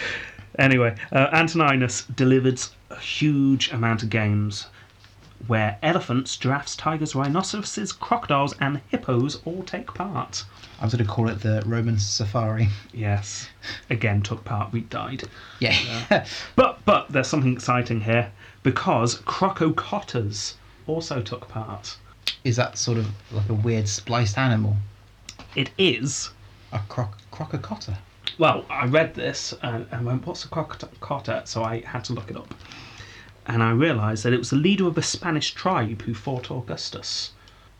S3: *laughs* anyway, uh, Antoninus delivered a huge amount of games where elephants, giraffes, tigers, rhinoceroses, crocodiles, and hippos all take part.
S2: I'm going to call it the Roman Safari.
S3: Yes. Again, took part. We died.
S2: Yeah.
S3: But but there's something exciting here because crococotters also took part.
S2: Is that sort of like a weird spliced animal?
S3: It is.
S2: A croc crococotta?
S3: Well, I read this and, and went, "What's a crococotter?" So I had to look it up, and I realised that it was the leader of a Spanish tribe who fought Augustus.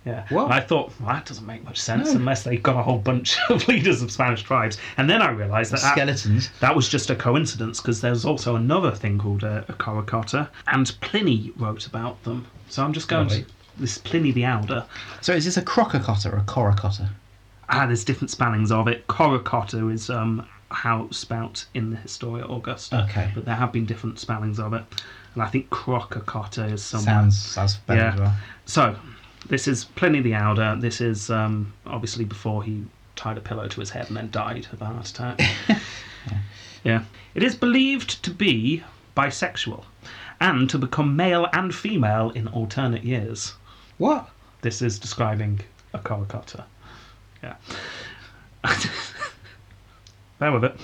S3: Yeah.
S2: What?
S3: And I thought well, that doesn't make much sense
S2: No.
S3: unless they've got a whole bunch *laughs* of leaders of Spanish tribes. And then I realised that that-
S2: Skeletons.
S3: That was just a coincidence because there's also another thing called a, a coracotta, and Pliny wrote about them. So I'm just going
S2: Right.
S3: to this Pliny the Elder.
S2: So is this a crococotta or a coracotta?
S3: Ah, there's different spellings of it. Coracotta is um, how it was spelt in the Historia Augusta.
S2: Okay.
S3: But there have been different spellings of it, and I think crococotta is somewhere.
S2: Sounds sounds better
S3: Yeah.
S2: as well.
S3: So, this is Pliny the Elder. This is um, obviously before he tied a pillow to his head and then died of a heart
S2: *laughs*
S3: attack. yeah. It is believed to be bisexual and to become male and female in alternate years.
S2: What?
S3: This is describing a *laughs* coracotta. Yeah. Bear with it.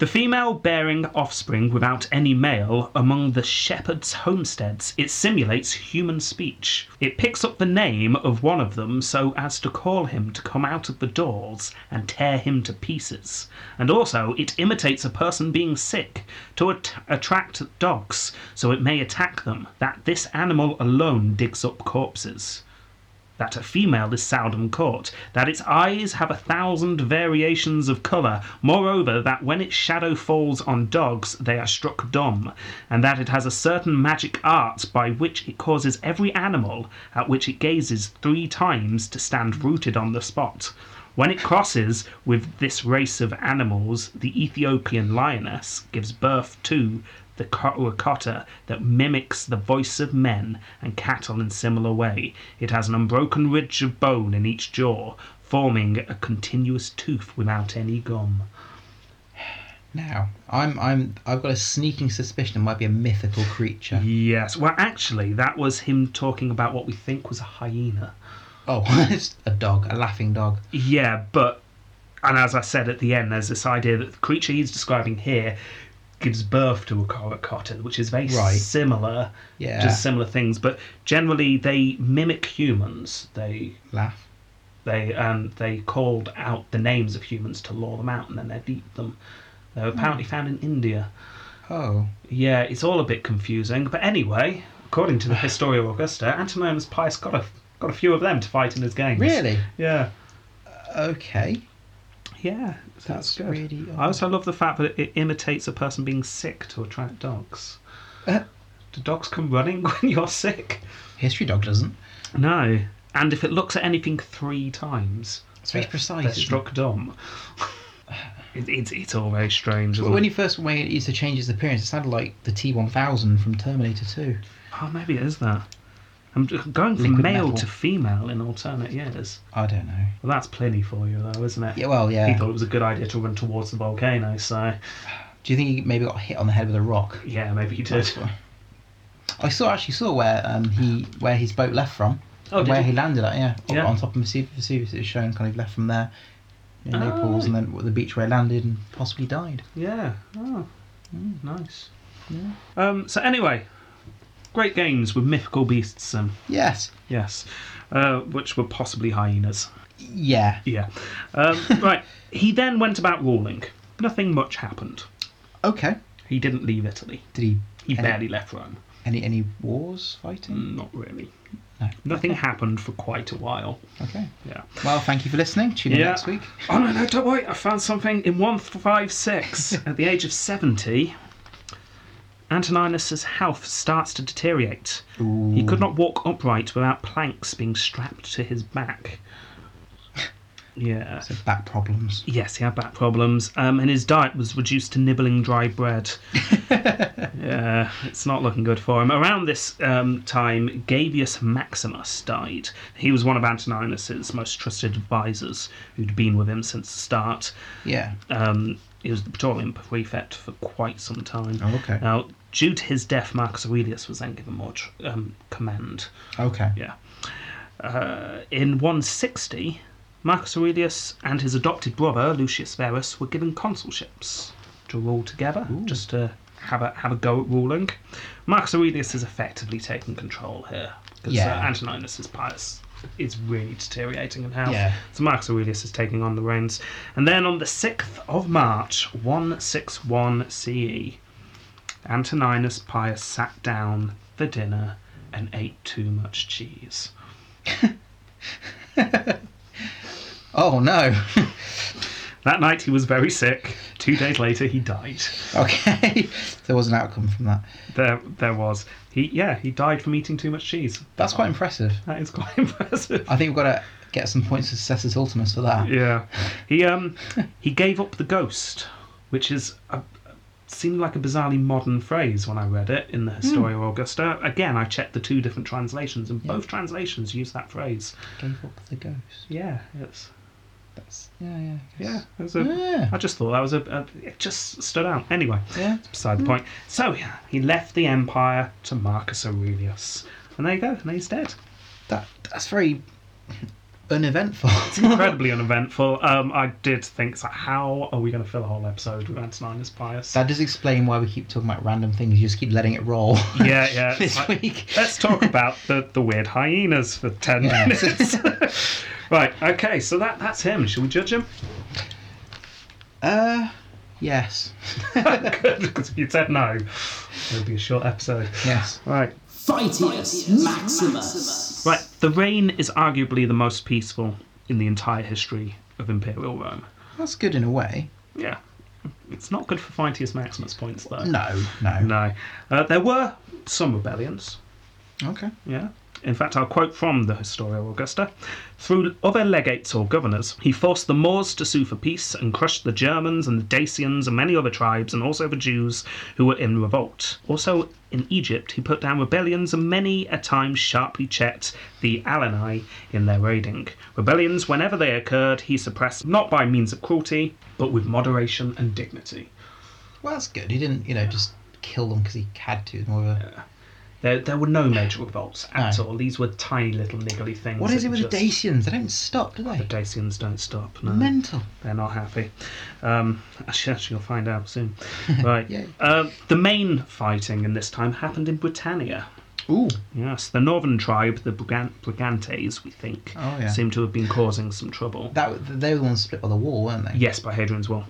S3: The female bearing offspring without any male among the shepherds' homesteads, it simulates human speech. It picks up the name of one of them so as to call him to come out of the doors and tear him to pieces. And also, it imitates a person being sick to at- attract dogs so it may attack them. That this animal alone digs up corpses that a female is seldom caught, that its eyes have a thousand variations of colour, moreover, that when its shadow falls on dogs they are struck dumb, and that it has a certain magic art by which it causes every animal at which it gazes three times to stand rooted on the spot. When it crosses with this race of animals, the Ethiopian lioness gives birth to the Kawakata that mimics the voice of men and cattle in similar way. It has an unbroken ridge of bone in each jaw, forming a continuous tooth without any gum.
S2: Now, I'm I'm I've got a sneaking suspicion it might be a mythical creature.
S3: Yes, well, actually, that was him talking about what we think was a hyena.
S2: Oh, *laughs* it's a dog, a laughing dog.
S3: Yeah, but and as I said at the end, there's this idea that the creature he's describing here gives birth to a kawakata, which is very
S2: Right.
S3: similar,
S2: Yeah.
S3: just similar things. But generally, they mimic humans. They
S2: Laugh.
S3: they um, they called out the names of humans to lure them out, and then they beat them. They
S2: Hmm.
S3: were apparently found in India.
S2: Oh,
S3: Yeah, it's all a bit confusing. But anyway, according
S2: *sighs*
S3: to the Historia Augusta, Antoninus Pius got a got a few of them to fight in his games.
S2: really?
S3: Yeah.
S2: Okay.
S3: Yeah, that's,
S2: That's
S3: good.
S2: really
S3: I also love the fact that it imitates a person being sick to attract dogs.
S2: Uh,
S3: Do dogs come running *laughs* when you're sick?
S2: history dog doesn't.
S3: No. And if it looks at anything three times,
S2: It's very
S3: they're-
S2: precise,
S3: They're
S2: isn't it?
S3: struck dumb. *laughs* it, it's it's all very strange.
S2: But
S3: isn't
S2: when
S3: it?
S2: he first when it used to change its appearance, it sounded like the T1000 from Terminator 2.
S3: Oh, maybe it is that. I'm j- going from
S2: Liquid
S3: male
S2: metal.
S3: to female in alternate years.
S2: I don't know.
S3: Well, that's plenty for you, though, isn't it?
S2: Yeah, well,
S3: He
S2: yeah.
S3: thought it was a good idea to run towards the volcano, so
S2: Do you think he maybe got hit on the head with a rock?
S3: yeah, maybe he did.
S2: I saw actually saw where um, he where his boat left from.
S3: Oh, did
S2: where
S3: you?
S2: he landed at, yeah, Up
S3: Yeah.
S2: on top of Vesuv- Vesuvius. It was shown kind of left from there in
S3: Oh,
S2: Naples, and then the beach where he landed and possibly died.
S3: Yeah. Oh, nice. Um, so anyway, great games with mythical beasts and
S2: Yes,
S3: yes, uh, which were possibly hyenas.
S2: yeah.
S3: Yeah. Um, right. He then went about ruling. Nothing much happened.
S2: Okay.
S3: He didn't leave Italy.
S2: Did he?
S3: He
S2: any,
S3: barely left Rome. Mm,
S2: Any any wars fighting?
S3: Not really.
S2: No.
S3: Nothing happened for quite a while.
S2: Okay.
S3: Yeah.
S2: Well, thank you for listening. Tune in
S3: Yeah.
S2: next week.
S3: Oh no, no, don't worry. I found something in 156. At the age of 70, Antoninus's health starts to deteriorate. He could
S2: Hmm.
S3: not walk upright without planks being strapped to
S2: *laughs*
S3: his back. Yeah.
S2: So back problems.
S3: Yes, he had back problems, um, and his diet was reduced to nibbling dry
S2: *laughs*
S3: bread. yeah, it's not looking good for him. Around this um, time, Gavius Maximus died. He was one of Antoninus's most trusted advisors, who'd been with him since the start.
S2: Yeah.
S3: Um, he was the Praetorian prefect for quite some time.
S2: Oh, okay.
S3: Now, due to his death, Marcus Aurelius was then given more tr- um, command.
S2: Okay.
S3: Yeah. Uh, in 160, Marcus Aurelius and his adopted brother Lucius Verus were given consulships to rule together, just to have a have a go at ruling. Marcus Aurelius is effectively taking control here because
S2: Yeah.
S3: uh, Antoninus is pious. Is really deteriorating in health.
S2: Yeah.
S3: So Marcus Aurelius is taking on the reins. And then on the 6th of March, 161 CE, E, Antoninus Pius sat down for dinner and ate too much cheese.
S2: Oh no. *laughs*
S3: That night he was very sick. Two days later he died.
S2: okay. *laughs* there was an outcome from that.
S3: There, there was he. Yeah, he died from eating too much cheese.
S2: That's quite impressive.
S3: That is quite *laughs* impressive.
S2: I think we've got to get some points to Cessus Ultimus for that.
S3: Yeah, he um he gave up the ghost, which is a, seemed like a bizarrely modern phrase when I read it in the
S2: Hmm.
S3: Historia Augusta. Again, I checked the two different translations, and both translations use that phrase.
S2: Gave up the ghost.
S3: Yeah, it's
S2: That's yeah, yeah. I guess.
S3: yeah. It was a,
S2: Yeah.
S3: I just thought that was a, a it just stood out. Anyway,
S2: Yeah. Hmm.
S3: beside the point. So yeah, he left the empire to Marcus Aurelius, and there you go. And he's dead.
S2: That that's very
S3: *laughs*
S2: uneventful. *laughs*
S3: Incredibly uneventful. Um, I did think, so how are we going to fill a whole episode with Antoninus Pius?
S2: that does explain why we keep talking about random things. You just keep letting it roll.
S3: yeah, yeah.
S2: *laughs* this
S3: Like,
S2: week.
S3: Let's talk about the, the weird hyenas for 10
S2: Yeah.
S3: minutes. right, okay, so that, that's him. Shall we
S2: *laughs*
S3: judge him?
S2: *laughs*
S3: *laughs*
S2: Uh, yes,
S3: Good, because if you said no, it'll be a short episode.
S2: yes.
S3: Right.
S1: Fightius Maximus.
S3: Right, the reign is arguably the most peaceful in the entire history of Imperial Rome.
S2: That's good in a way.
S3: Yeah. It's not good for Fightius Maximus points, though.
S2: No, no.
S3: No. Uh, there were some rebellions,
S2: Okay.
S3: yeah. In fact, I'll quote from the Historia Augusta. Through other legates or governors, he forced the Moors to sue for peace and crushed the Germans and the Dacians and many other tribes, and also the Jews who were in revolt. Also, in Egypt, he put down rebellions and many a time sharply checked the Alani in their raiding. Rebellions, whenever they occurred, he suppressed not by means of cruelty, but with moderation and dignity.
S2: Well, that's good. He didn't, you know, just kill them because he had to. It's More of a,
S3: There, there were no major revolts at
S2: No.
S3: all. These were tiny little niggly things.
S2: What is it
S3: that
S2: with the
S3: just-
S2: Dacians? They don't stop, do
S3: The
S2: they?
S3: Dacians don't stop. No,
S2: Mental.
S3: they're not happy. Um, actually, actually, you'll find out
S2: *laughs*
S3: soon. Right.
S2: Yay.
S3: Um, the main fighting in this time happened in Britannia.
S2: Ooh.
S3: Yes, the northern tribe, the Brigan- Brigantes, we think,
S2: Oh, yeah.
S3: seem to have been causing some trouble.
S2: That they were the ones split by the wall, weren't they?
S3: Yes, by Hadrian's Wall.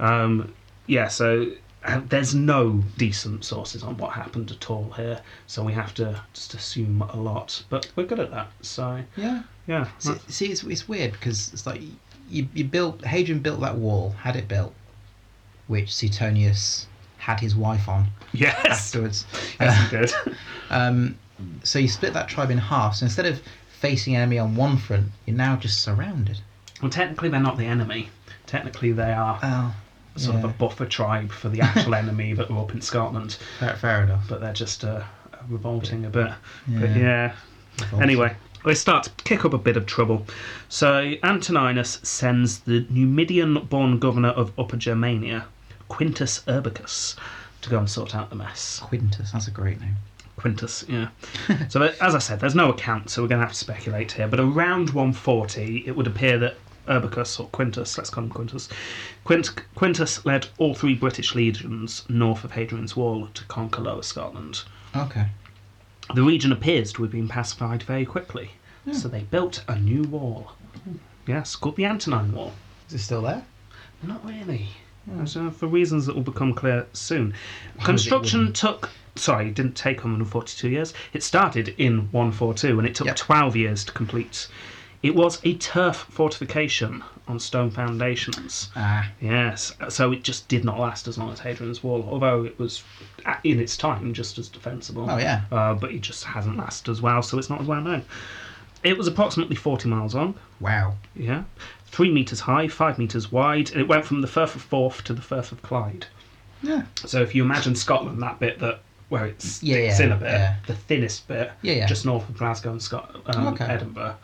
S3: Um, yeah, so uh, there's no decent sources on what happened at all here, so we have to just assume a lot. But we're good at that, so
S2: Yeah.
S3: yeah.
S2: See, see, it's, it's weird because it's like you, you built Hadrian built that wall, had it built, which Suetonius had his wife on
S3: Yes,
S2: afterwards.
S3: *laughs* yes, we did.
S2: Um, so you split that tribe in half. So instead of facing enemy on one front, you're now just surrounded.
S3: well, technically, they're not the enemy. Technically, they are
S2: Oh,
S3: sort of
S2: yeah.
S3: a buffer tribe for the actual enemy that were up in Scotland,
S2: fair, fair enough.
S3: but they're just uh, revolting a bit. But
S2: Yeah.
S3: yeah, Anyway, they start to kick up a bit of trouble. So Antoninus sends the Numidian born governor of Upper Germania, Quintus Urbicus, to go and sort out the mess.
S2: Quintus, that's a great name.
S3: Quintus, yeah. *laughs* so, there- as I said, there's no account, so we're going to have to speculate here. But around 140, it would appear that Urbicus, or Quintus, let's call him Quintus, Quint- Quintus led all three British legions north of Hadrian's Wall to conquer Lower Scotland.
S2: Okay.
S3: The region appears to have been pacified very quickly, so they built a new wall. Yes, called the Antonine Wall.
S2: Is it still there?
S3: Not really.
S2: Hmm.
S3: As, uh, for reasons that will become clear soon. Construction
S2: wouldn't.
S3: took. Sorry, it didn't take 142 years. It started in 142 and it took
S2: Yep.
S3: 12 years to complete. It was a turf fortification on stone foundations.
S2: Ah,
S3: Yes, so it just did not last as long as Hadrian's Wall, although it was a- in its time just as defensible.
S2: Oh, yeah.
S3: Uh, but it just hasn't lasted as well, so it's not as well known. It was approximately 40 miles long,
S2: wow.
S3: yeah, three metres high, five metres wide, and it went from the Firth of Forth to the Firth of Clyde.
S2: Yeah.
S3: So if you imagine Scotland, that bit that where it sticks
S2: Yeah, yeah,
S3: in a bit,
S2: yeah.
S3: the thinnest bit,
S2: Yeah, yeah.
S3: just north of Glasgow and Scot- um,
S2: Okay.
S3: Edinburgh,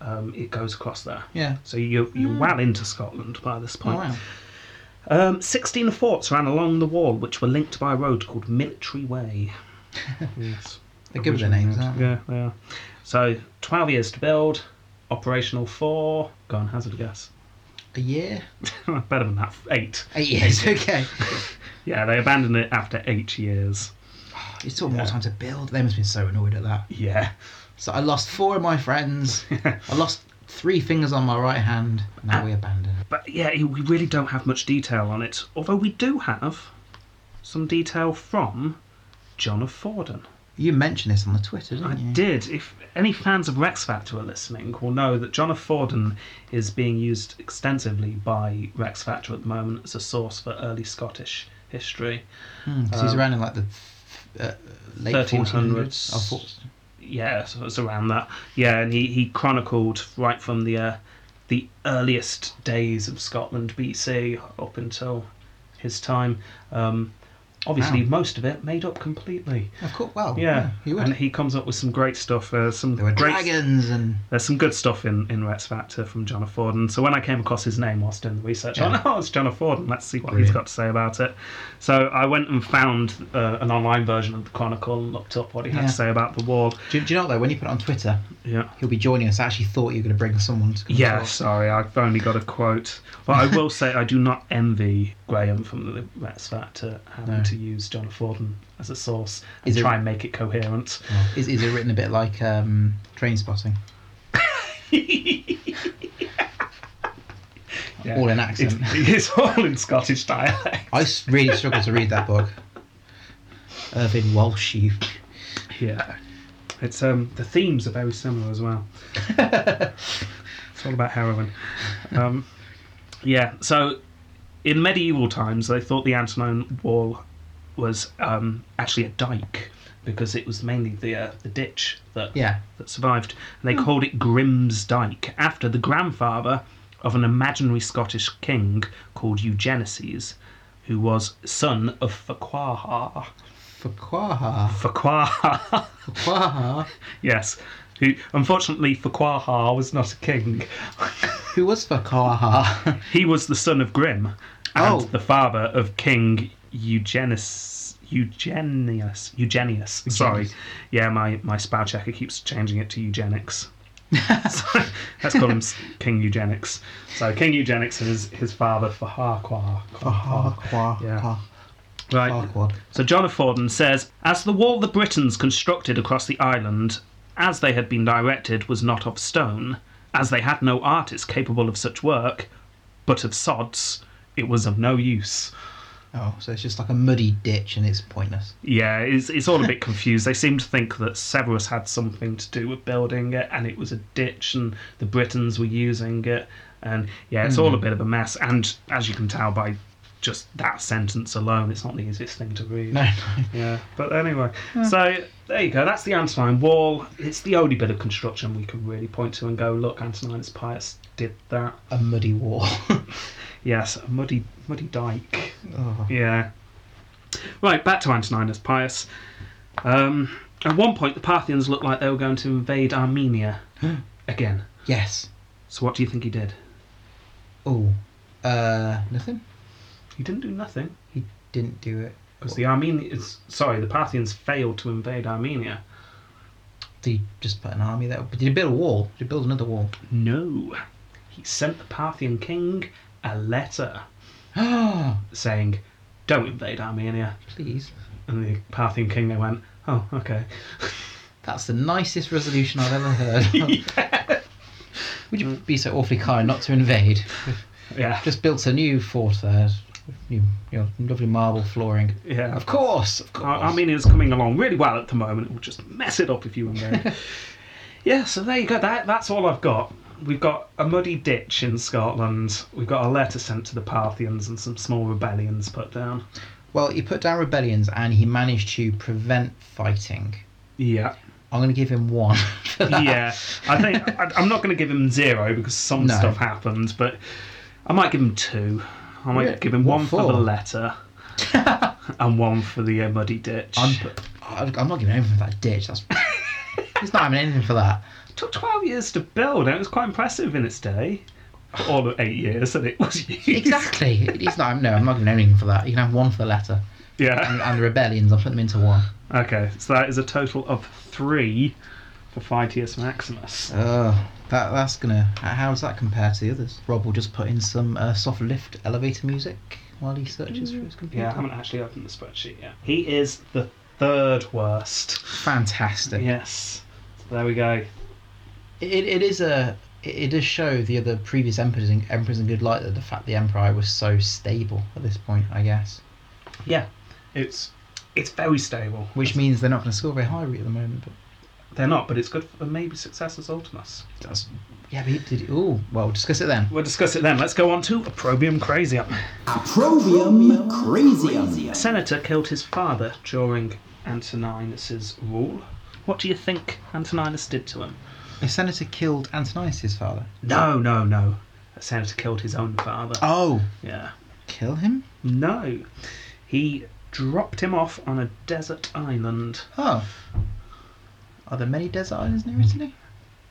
S3: um, it goes across there.
S2: Yeah.
S3: So you, you're well into Scotland by this
S2: Oh,
S3: point.
S2: wow.
S3: Um, 16 forts ran along the wall, which were linked by a road called
S2: *laughs*
S3: Military Way. yes.
S2: They're good with their names, aren't they?
S3: Yeah, they are. So, 12 years to build, operational four. Go on, hazard a guess.
S2: A year?
S3: *laughs* Better than that, eight.
S2: Eight years, *laughs* okay.
S3: Yeah, they abandoned it after eight years.
S2: It took more
S3: Yeah.
S2: time to build. They must have been so annoyed at that.
S3: Yeah.
S2: So I lost four of my
S3: *laughs*
S2: friends. I lost three fingers on my right hand.
S3: Ah.
S2: Now we abandon.
S3: But yeah, it- we really don't have much detail on it, although we do have some detail from John of Fordon.
S2: You mentioned this on the Twitter, didn't
S3: I
S2: you?
S3: did. If any fans of Rex Factor are listening, will know that John of Fordon is being used extensively by Rex Factor at the moment as a source for early Scottish history.
S2: Mm, 'cause he's
S3: Um,
S2: around in like the uh, late
S3: 1300s.
S2: 1400s. Oh, four-
S3: Yeah, so it's around that. Yeah, and he, he chronicled right from the uh, the earliest days of Scotland BC up until his time. Um, Obviously,
S2: Wow.
S3: most of it made up completely.
S2: Of course. oh, Well,
S3: Yeah,
S2: he would.
S3: and he comes up with some great stuff. Uh, some
S2: there were
S3: great,
S2: dragons and
S3: There's some good stuff in in Rex Factor from John Ford. And so when I came across his name whilst doing the research, I
S2: Yeah.
S3: went, *laughs* oh, it's John Ford. Let's see what
S2: Brilliant.
S3: he's got to say about it. So I went and found uh, an online version of the Chronicle and looked up what he had
S2: Yeah.
S3: to say about the war.
S2: do, do you know though? When you put it on Twitter,
S3: Yeah.
S2: he'll be joining us. I actually thought you were going to bring someone to. Come
S3: Yeah,
S2: talk.
S3: sorry, I've only got a quote. But I
S2: *laughs*
S3: will say I do not envy Graham from the Rex Factor having
S2: No.
S3: to use John Forden as a source and
S2: Is it-
S3: try and make it coherent.
S2: Is, is it written a bit like um, train spotting?
S3: Yeah.
S2: All in accent.
S3: It's, *laughs* it's all in Scottish dialect.
S2: I s- really struggled to read that book. Irvin Walsh. you-
S3: Yeah. It's um the themes are very similar as well. it's all about heroin. Um, yeah, so in medieval times they thought the Antonine Wall was um, actually a dike because it was mainly the uh, the ditch that
S2: Yeah.
S3: that survived. And they called it Grimm's Dyke after the grandfather of an imaginary Scottish king called Eugenices, who was son of Farquhar.
S2: Fakwaha.
S3: Farquhar.
S2: Fakwaha.
S3: Yes. Who, unfortunately, Farquhar was not a king. *laughs*
S2: Who was Fakwaha?
S3: He was the son of Grimm
S2: Oh.
S3: and the father of King Eugenius. Eugenius. Eugenius. Sorry. Yeah, my, my spell checker keeps changing it to *laughs* eugenics. so let's call him King Eugenics. So King Eugenics is his father for Farquhar.
S2: Fakwaha.
S3: Yeah. Oh, Right.
S2: Farquhar.
S3: So John of Fordon says, as the wall the Britons constructed across the island, as they had been directed, was not of stone, as they had no artist capable of such work, but of sods, it was of no use.
S2: Oh, so it's just like a muddy ditch and it's pointless.
S3: Yeah, it's, it's all a bit confused. They seem to think that Severus had something to do with building it, and it was a ditch, and the Britons were using it, and yeah, it's all a bit of a mess. And as you can tell by just that sentence alone, it's not the easiest thing to read.
S2: No, no.
S3: Yeah, but anyway, so there you go. That's the Antonine Wall. It's the only bit of construction we can really point to and go, look, Antoninus Pius did that.
S2: A muddy *laughs* wall.
S3: Yes, a muddy, muddy dike.
S2: oh.
S3: Yeah. Right, back to Antoninus Pius. Um, at one point, the Parthians looked like they were going to invade *gasps* Armenia again.
S2: Yes.
S3: So what do you think he did?
S2: Oh. Uh, nothing.
S3: He didn't do nothing
S2: He didn't do it.
S3: because the Armenians, sorry, the Parthians failed to invade Armenia.
S2: Did he just put an army there? But did he build a wall? Did he build another wall? *gasps*
S3: No, he sent the Parthian king a letter.
S2: Ah,
S3: saying, "Don't invade Armenia."
S2: please.
S3: And the Parthian king they went, "Oh, okay."
S2: That's the nicest resolution I've ever heard. Would you be so awfully kind not to invade?
S3: yeah,
S2: Just built a new fort there. New, you know, lovely marble flooring.
S3: yeah.
S2: Of course, of course.
S3: Ar- Armenia's coming along really well at the moment. It will just mess it up if
S2: *laughs*
S3: you invade. yeah, so there you go. That that's all I've got. We've got a muddy ditch in Scotland. We've got a letter sent to the Parthians and some small rebellions put down.
S2: Well, he put down rebellions and he managed to prevent fighting.
S3: Yeah,
S2: I'm going to give him one. *laughs* for that.
S3: yeah.
S2: *laughs*
S3: I think I, I'm not going to give him zero because some
S2: No.
S3: stuff happened, but I might give him two. I might
S2: Really?
S3: give him
S2: What
S3: one for? the
S2: for? *laughs*
S3: letter and one for the uh, muddy ditch.
S2: I'm, I- I'm not giving anything for that ditch. That's. He's not having anything for that.
S3: took 12 years to build, and it was quite impressive in its day. For all of eight years, and it was *laughs* used.
S2: Exactly. He's not. No, I'm not giving anything for that. You can have one for the letter and,
S3: Yeah.
S2: and the rebellions. I'll put them into one.
S3: Okay, so that is a total of three for Phytius Maximus.
S2: Oh, that that's gonna. How does that compare to the others? Rob will just put in some uh, soft lift elevator music while he searches for his computer.
S3: Yeah, I haven't actually opened the spreadsheet yet. He is the third worst.
S2: Fantastic.
S3: Yes. So there we go.
S2: It, it is a. It, it does show the other previous emperors in, emperors in good light that the fact the empire was so stable at this point, I guess,
S3: Yeah, it's it's very stable.
S2: which means they're not going to score very high at the moment. But
S3: They're not, but it's good for maybe success as Ultimus.
S2: that's yeah. But he did. Oh well, we'll discuss it then.
S3: We'll discuss it then. Let's go on to Opprobrium Crasium.
S1: Approbium Crasium.
S3: A senator killed his father during Antoninus's rule. What do you think Antoninus did to him?
S2: A senator killed Antoninus' father.
S3: No, no, no. A senator killed his own father.
S2: Oh,
S3: Yeah.
S2: kill him?
S3: No. He dropped him off on a desert island,
S2: Oh. Are there many desert islands near Italy?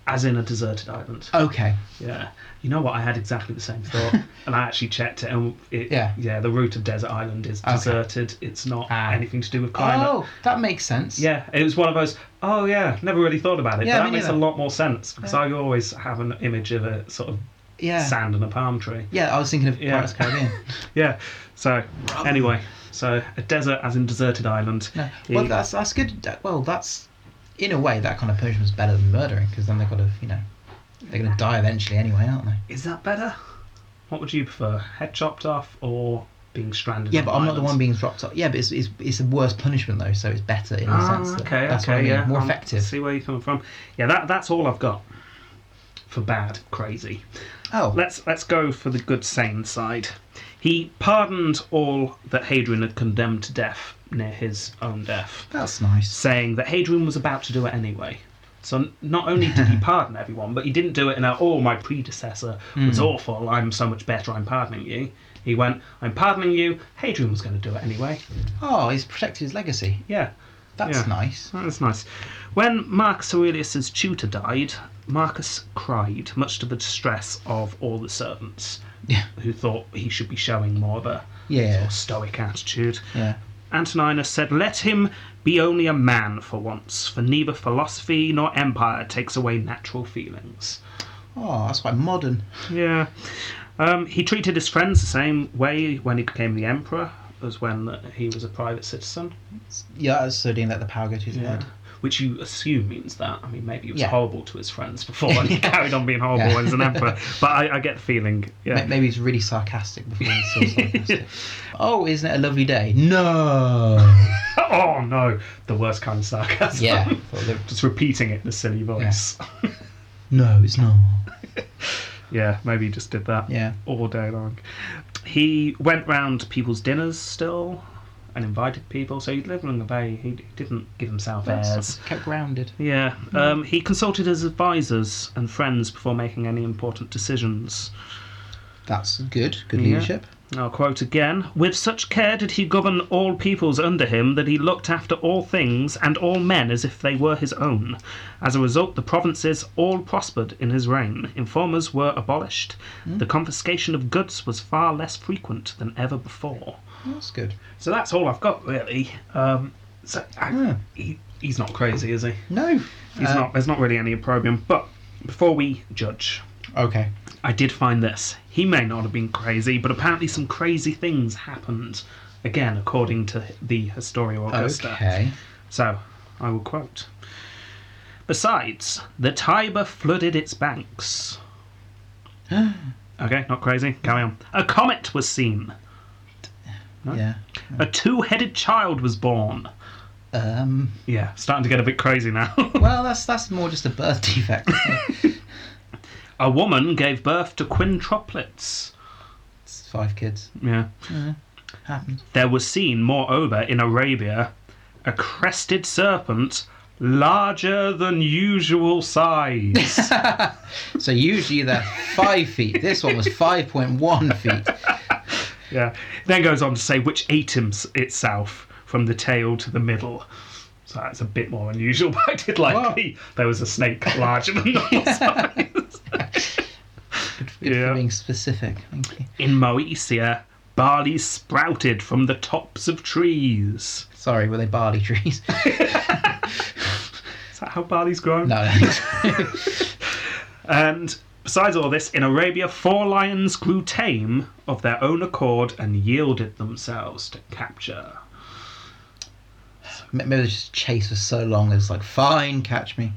S3: as in a deserted island.
S2: Okay.
S3: Yeah. You know what? I had exactly the
S2: *laughs*
S3: same thought, and I actually checked it, and it,
S2: Yeah.
S3: yeah, the route of desert island is
S2: Okay.
S3: deserted. It's not
S2: Ah.
S3: anything to do with climate.
S2: Oh, that makes sense.
S3: Yeah, it was one of those. Oh yeah, never really thought about it.
S2: Yeah,
S3: but
S2: me
S3: that makes a
S2: neither.
S3: lot more sense because
S2: Yeah.
S3: I always have an image of a sort of
S2: Yeah.
S3: sand and a palm tree.
S2: Yeah, I was thinking of
S3: Yeah.
S2: Pirates of the *laughs* Caribbean.
S3: Yeah. So anyway, so a desert as in deserted island.
S2: No.
S3: Yeah.
S2: Well, that's that's good. That- Well, that's in a way that kind of punishment is better than murdering because then they've got to, you know, they're going to die eventually anyway, aren't they?
S3: Is that better? What would you prefer, head chopped off or being stranded?
S2: Yeah,
S3: on
S2: but
S3: an
S2: I'm not the
S3: island?
S2: one being dropped off. Yeah, but it's it's, it's a worse punishment though, so it's better in the
S3: Ah,
S2: sense that
S3: okay,
S2: that's
S3: okay,
S2: what I mean,
S3: yeah.
S2: more
S3: Um,
S2: effective.
S3: See where you're coming from. Yeah, that that's all I've got for bad, crazy.
S2: Oh,
S3: Let's let's go for the good sane side. He pardoned all that Hadrian had condemned to death near his own death,
S2: that's nice.
S3: saying that Hadrian was about to do it anyway. So n- not only
S2: *laughs*
S3: did he pardon everyone, but he didn't do it in a "oh my predecessor
S2: Hmm.
S3: was awful, I'm so much better, I'm pardoning you." He went, "I'm pardoning you." Hadrian was going to do it anyway.
S2: Oh, he's protected his legacy.
S3: Yeah,
S2: That's
S3: Yeah.
S2: nice. *laughs*
S3: Oh, That's nice. When Marcus Aurelius's tutor died, Marcus cried, much to the distress of all the servants,
S2: Yeah,
S3: who thought he should be showing more of a
S2: yeah,
S3: stoic attitude.
S2: yeah.
S3: Antoninus said, "Let him be only a man for once, for neither philosophy nor empire takes away natural feelings."
S2: Oh, that's quite modern.
S3: Yeah. Um, he treated his friends the same way when he became the emperor as when uh, he was a private citizen.
S2: Yeah, that's so doing let the power go to his
S3: Yeah.
S2: head.
S3: Which you assume means that. I mean, maybe he was
S2: Yeah.
S3: horrible to his friends before
S2: *laughs*
S3: and he carried on being horrible
S2: Yeah.
S3: as an
S2: *laughs*
S3: emperor. But I, I get the feeling.
S2: Ma-
S3: Yeah.
S2: Maybe he's really sarcastic before he's so sarcastic. oh, isn't it a lovely day? No.
S3: *laughs* Oh no, the worst kind of sarcasm.
S2: Yeah. Well, the-
S3: *laughs* Just repeating it in a silly voice. *laughs* Yeah.
S2: No, it's not.
S3: maybe he just did that
S2: Yeah.
S3: all day long. He went round to people's dinners still and invited people, so he lived in the bay. He didn't give himself airs.
S2: Kept grounded.
S3: Yeah,
S2: Hmm.
S3: um, he consulted his advisors and friends before making any important decisions.
S2: That's good. Good
S3: Yeah.
S2: leadership.
S3: I'll quote again With such care did he govern all peoples under him that he looked after all things and all men as if they were his own. As a result, the provinces all prospered in his reign. Informers were abolished. The confiscation of goods was far less frequent than ever before.
S2: That's good.
S3: So that's all I've got, really. Um, so I,
S2: Yeah.
S3: he, he's not crazy, is he?
S2: No.
S3: He's
S2: Uh,
S3: not. There's not really any opprobrium. But before we judge,
S2: Okay.
S3: I did find this. He may not have been crazy, but apparently some crazy things happened. Again, according to the Historia Augusta.
S2: Okay. *gasps*
S3: So, I will quote. Besides, the Tiber flooded its banks. okay, not crazy. Carry on. A comet was seen.
S2: Yeah.
S3: A two-headed child was born.
S2: Um.
S3: Yeah, starting to get a bit crazy now. *laughs*
S2: Well, that's that's more just a birth *laughs* defect.
S3: a woman gave birth to quintuplets.
S2: it's five kids.
S3: Yeah.
S2: Happens.
S3: There was seen, moreover, in Arabia, a crested serpent larger than usual size.
S2: So usually they're five feet. This one was five point one feet.
S3: yeah. Then goes on to say which ate him s- itself from the tail to the middle. So that's a bit more unusual, *laughs* but I did like
S2: Wow.
S3: the- there was a snake larger than normal size.
S2: Good
S3: Yeah.
S2: for being specific. Thank you.
S3: In Moesia, barley sprouted from the tops of trees.
S2: Sorry, were they barley trees? *laughs*
S3: Is that how barley's grown?
S2: no. no.
S3: And besides all this, in Arabia, four lions grew tame of their own accord and yielded themselves to capture.
S2: Maybe they just chase for so long. It's like fine, catch me.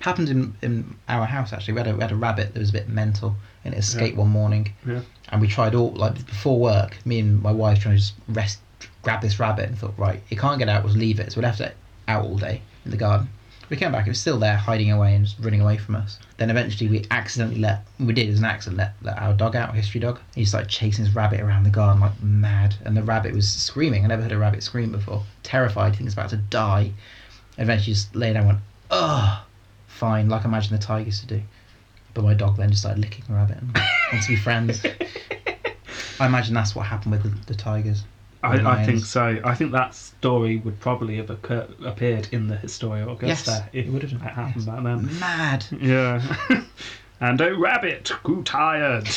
S2: Happened in, in our house actually. We had a we had a rabbit that was a bit mental and it escaped one morning.
S3: Yeah.
S2: and we tried all like before work me and my wife trying to just rest grab this rabbit and thought right it can't get out we'll leave it so we left it out all day in the garden we came back it was still there hiding away and just running away from us then eventually we accidentally let we did as an accident let, let our dog out history dog he started chasing his rabbit around the garden like mad and the rabbit was screaming i never heard a rabbit scream before terrified thinking it's about to die eventually just lay down and went ugh fine like i imagine the tigers to do but my dog then just started licking
S3: *laughs*
S2: the rabbit and wants to be friends. I imagine that's what happened with the, the tigers.
S3: I, I
S2: lions.
S3: think so. I think that story would probably have occur- appeared in the Historia Augusta
S2: Yes,
S3: if
S2: it would have
S3: it
S2: done,
S3: happened
S2: yes.
S3: back then.
S2: Mad.
S3: Yeah. *laughs* and a rabbit
S2: *laughs*
S3: grew tired.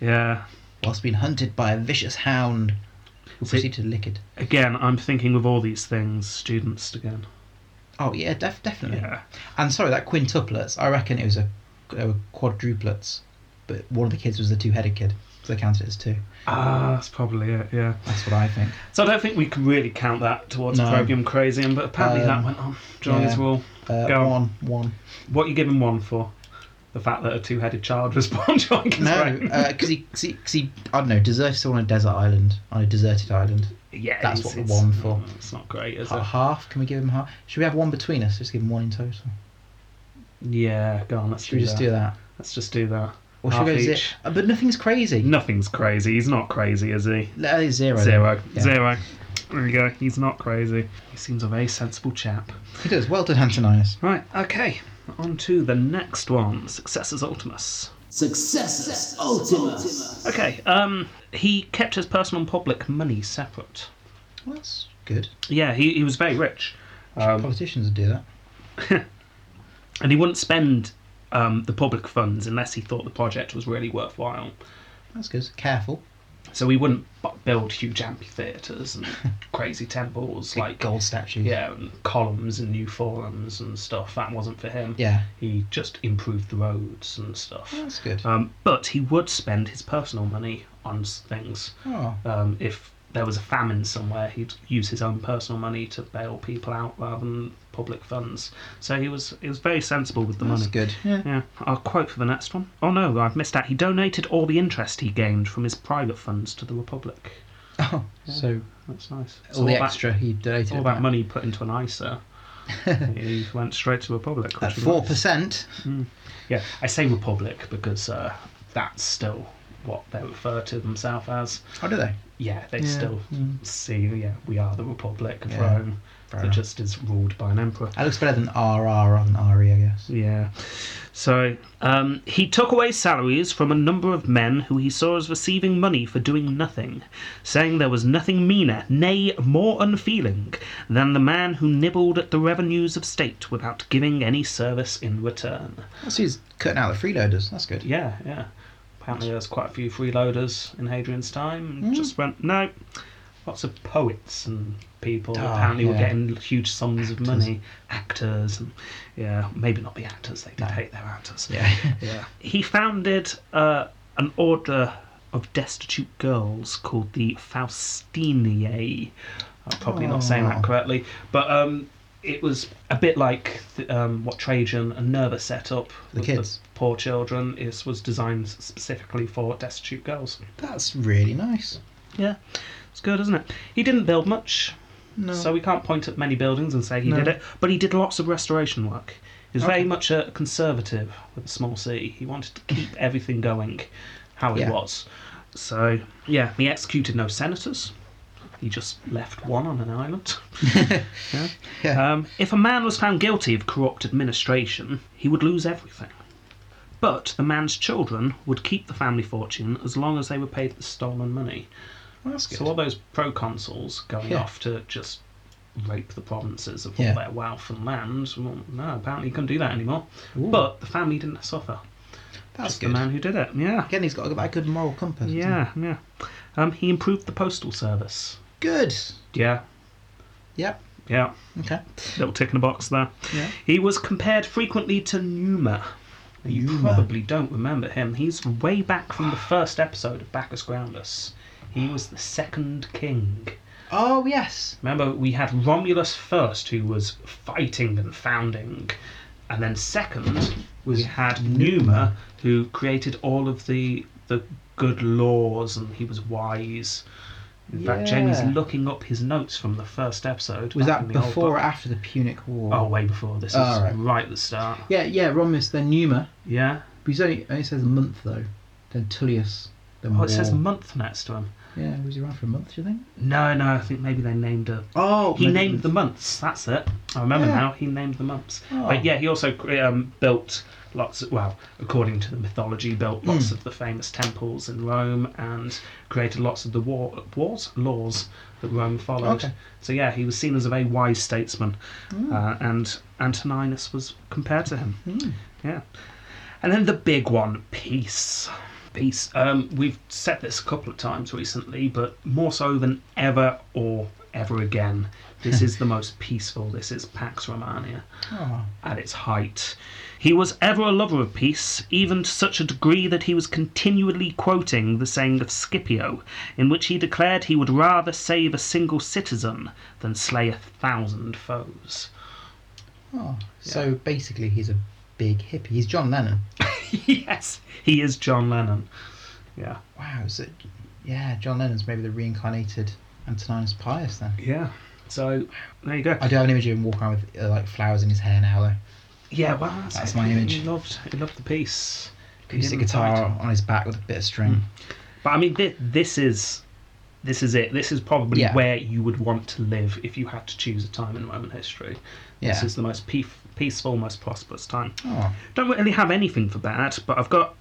S3: yeah.
S2: Whilst being hunted by a vicious hound who
S3: See-
S2: proceeded to lick it.
S3: Again, I'm thinking of all these things, students again.
S2: Oh, yeah, def- definitely.
S3: Yeah.
S2: And sorry, that quintuplets, I reckon it was a, they were quadruplets, but one of the kids was the two headed kid, so they counted it as two.
S3: Ah, that's probably it, yeah.
S2: That's what I think.
S3: So I don't think we can really count that towards
S2: No.
S3: Probium Crazium, but apparently
S2: Um,
S3: that went on. Johnny's
S2: yeah.
S3: rule.
S2: Uh,
S3: Go on.
S2: one, one.
S3: What are you giving one for? The fact that a two headed child was *laughs* born during his
S2: No, uh,
S3: reign.
S2: because he, 'cause he, 'cause he, I don't know, deserted someone on a desert island, on a deserted island.
S3: yeah,
S2: that's
S3: it's-
S2: what the
S3: it's-
S2: one for. Ah.
S3: It's not great, is
S2: Ha-
S3: it?
S2: half? Can we give him half? Should we have one between us? Just give him one in total.
S3: Yeah, go on, let's
S2: Should we
S3: do
S2: just
S3: that.
S2: do that?
S3: Let's just do that.
S2: Or should
S3: Half
S2: we go zero?
S3: each.
S2: But nothing's crazy.
S3: Nothing's crazy. He's not crazy, is he?
S2: That is zero.
S3: Zero.
S2: Yeah.
S3: Zero. There we go. He's not crazy. He seems a very sensible chap.
S2: He does. Well done, Antonius.
S3: Right, okay. On to the next one Successors Ultimus.
S1: Successus Ultimus.
S3: Okay, um, he kept his personal and public money separate.
S2: Well, that's good.
S3: Yeah, he, he was very rich. Um,
S2: Politicians do that.
S3: and he wouldn't spend um, the public funds unless he thought the project was really worthwhile.
S2: That's good. Careful.
S3: So he wouldn't bu- build huge amphitheatres
S2: *laughs*
S3: and crazy temples like
S2: gold statues.
S3: yeah, and columns and new forums and stuff. That wasn't for him.
S2: Yeah.
S3: He just improved the roads and stuff.
S2: That's good.
S3: Um, but he would spend his personal money on s- things.
S2: oh,
S3: Um, if there was a famine somewhere, he'd use his own personal money to bail people out rather than public funds. So he was he was very sensible with the
S2: that's
S3: money.
S2: good. Yeah.
S3: Yeah, I'll quote for the next one. Oh no, I've missed out. He donated all the interest he gained from his private funds to the Republic.
S2: Oh, so
S3: That's nice. So
S2: all the
S3: that-
S2: extra he donated.
S3: all
S2: it
S3: that
S2: back.
S3: money put into
S2: *laughs*
S3: an ISA. he went straight to Republic.
S2: At
S3: which was
S2: four
S3: nice.
S2: percent.
S3: Yeah, I say Republic because uh, that's still what they refer to themselves as.
S2: How do they?
S3: Yeah, they
S2: Yeah, Mm.
S3: still see, yeah, we are the Republic of
S2: Yeah,
S3: Rome
S2: fair
S3: that
S2: enough.
S3: just is ruled by an emperor.
S2: That looks better than RR rather than RE, I guess.
S3: Yeah. So um, he took away salaries from a number of men who he saw as receiving money for doing nothing, saying there was nothing meaner, nay, more unfeeling, than the man who nibbled at the revenues of state without giving any service in return.
S2: So he's cutting out the freeloaders. That's good.
S3: Yeah, yeah. Apparently, there's quite a few freeloaders in Hadrian's time.
S2: Hmm.
S3: and Just went no. Lots of poets and people
S2: Ah,
S3: apparently were
S2: yeah.
S3: getting huge sums of money. Actors and yeah, maybe not the actors. They did hate their actors.
S2: Yeah. *laughs*
S3: yeah. He founded uh, an order of destitute girls called the Faustiniae. I'm probably not saying that
S2: Oh.
S3: correctly, but um, it was a bit like the, um, what Trajan and Nerva set up
S2: The
S3: with
S2: kids.
S3: poor children. It was designed specifically for destitute girls.
S2: That's really nice.
S3: Yeah, it's good, isn't it? He didn't build much,
S2: No.
S3: so we can't point at many buildings and say he
S2: No.
S3: did it, but he did lots of restoration work. He was very
S2: Okay.
S3: much a conservative with a small c. He wanted to
S2: *laughs*
S3: keep everything going how it
S2: Yeah.
S3: was. So, yeah, he executed no senators. He just left one on an island.
S2: *laughs*
S3: yeah.
S2: Yeah.
S3: Um, if a man was found guilty of corrupt administration, he would lose everything. But the man's children would keep the family fortune as long as they were paid the stolen money.
S2: Well, that's good.
S3: So all those proconsuls going
S2: Yeah.
S3: off to just rape the provinces of
S2: Yeah.
S3: all their wealth and land, well, no, apparently you couldn't do that anymore.
S2: Ooh.
S3: But the family didn't suffer.
S2: that's
S3: Just the
S2: good.
S3: man who did it. Yeah,
S2: Again, he's got that good moral compass. hasn't he?
S3: yeah, yeah. Um, he improved the postal service.
S2: Good.
S3: Yeah,
S2: Yep.
S3: yeah.
S2: Okay.
S3: Little tick in a box there.
S2: Yeah.
S3: He was compared frequently to Numa. You
S2: Numa.
S3: probably don't remember him. He's way back from the first episode of Bacchus Groundus. He was the second king.
S2: Oh yes.
S3: Remember, we had Romulus first, who was fighting and founding, and then second we had Numa, who created all of the the good laws, and he was wise. In fact, Jamie's
S2: Yeah.
S3: looking up his notes from the first episode.
S2: Was
S3: back
S2: that
S3: in the old
S2: before or
S3: book.
S2: after the Punic War?
S3: Oh, way before. This is
S2: Oh, right.
S3: right at the start.
S2: Yeah, yeah. Romulus, then Numa.
S3: Yeah.
S2: But he's only only says a month though. Then Tullius. Then
S3: Oh,
S2: War.
S3: it says month next to him.
S2: Yeah, was he around for a month? Do you think?
S3: No, no, I think maybe they named a
S2: Oh,
S3: He
S2: maybe it
S3: named
S2: was-
S3: the months. That's it. I remember
S2: Yeah.
S3: now. He named the months.
S2: Oh.
S3: But yeah, he also cre- um, built lots of, well, according to the mythology, built
S2: Hmm.
S3: lots of the famous temples in Rome and created lots of the war, wars, laws that Rome followed.
S2: Okay. Hmm.
S3: So yeah, he was seen as a very wise statesman, uh, and Antoninus was compared to him. Yeah, and then the big one, peace. Peace. Um, we've said this a couple of times recently, but more so than ever or ever again, this is the most peaceful. This is Pax Romania
S2: Oh,
S3: at its height. He was ever a lover of peace, even to such a degree that he was continually quoting the saying of Scipio, in which he declared he would rather save a single citizen than slay a thousand foes. *laughs*
S2: oh. So basically, he's a big hippie. He's John Lennon.
S3: yes, he is John Lennon. Yeah.
S2: Wow. Is it? Yeah, John Lennon's maybe the reincarnated Antoninus Pius then.
S3: Yeah. So there you go.
S2: I do have an image of him walking around with uh, like flowers in his hair now though.
S3: Yeah, well, that's,
S2: That's
S3: it.
S2: my
S3: He- He
S2: image.
S3: loved, he loved the piece. He
S2: Acoustic
S3: didn't fight.
S2: guitar on his back with a bit of string.
S3: But I mean, this, this is this is it. This is probably
S2: Yeah.
S3: where you would want to live if you had to choose a time in Roman history. This
S2: Yeah.
S3: is the most peaf peaceful, most prosperous time.
S2: Oh,
S3: Don't really have anything for bad, but I've got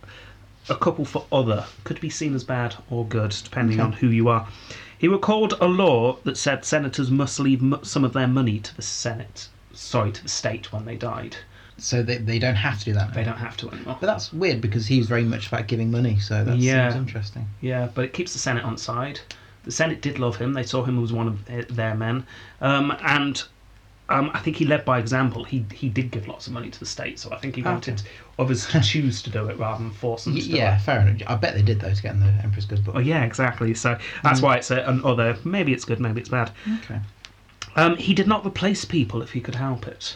S3: a couple for other. Could be seen as bad or good, depending
S2: Okay.
S3: on who you are. He recalled a law that said senators must leave mu- some of their money to the Senate, sorry, to the state when they died.
S2: so they, they don't have to do that. now.
S3: They don't have to anymore.
S2: But that's weird because he was very much about giving money, so that
S3: Yeah.
S2: seems interesting.
S3: Yeah, but it keeps the Senate on side. The Senate did love him. They saw him as one of th- their men, um, and um, I think he led by example. He he did give lots of money to the state, so I think he
S2: Okay.
S3: wanted others to choose to do it rather than force them
S2: Y-
S3: to do
S2: yeah,
S3: it.
S2: fair enough. I bet they did though to get in the Emperor's Good Book.
S3: Oh yeah, exactly. So
S2: Mm.
S3: that's why it's a, an other. Maybe it's good, maybe it's bad.
S2: Okay.
S3: Um, he did not replace people if he could help it.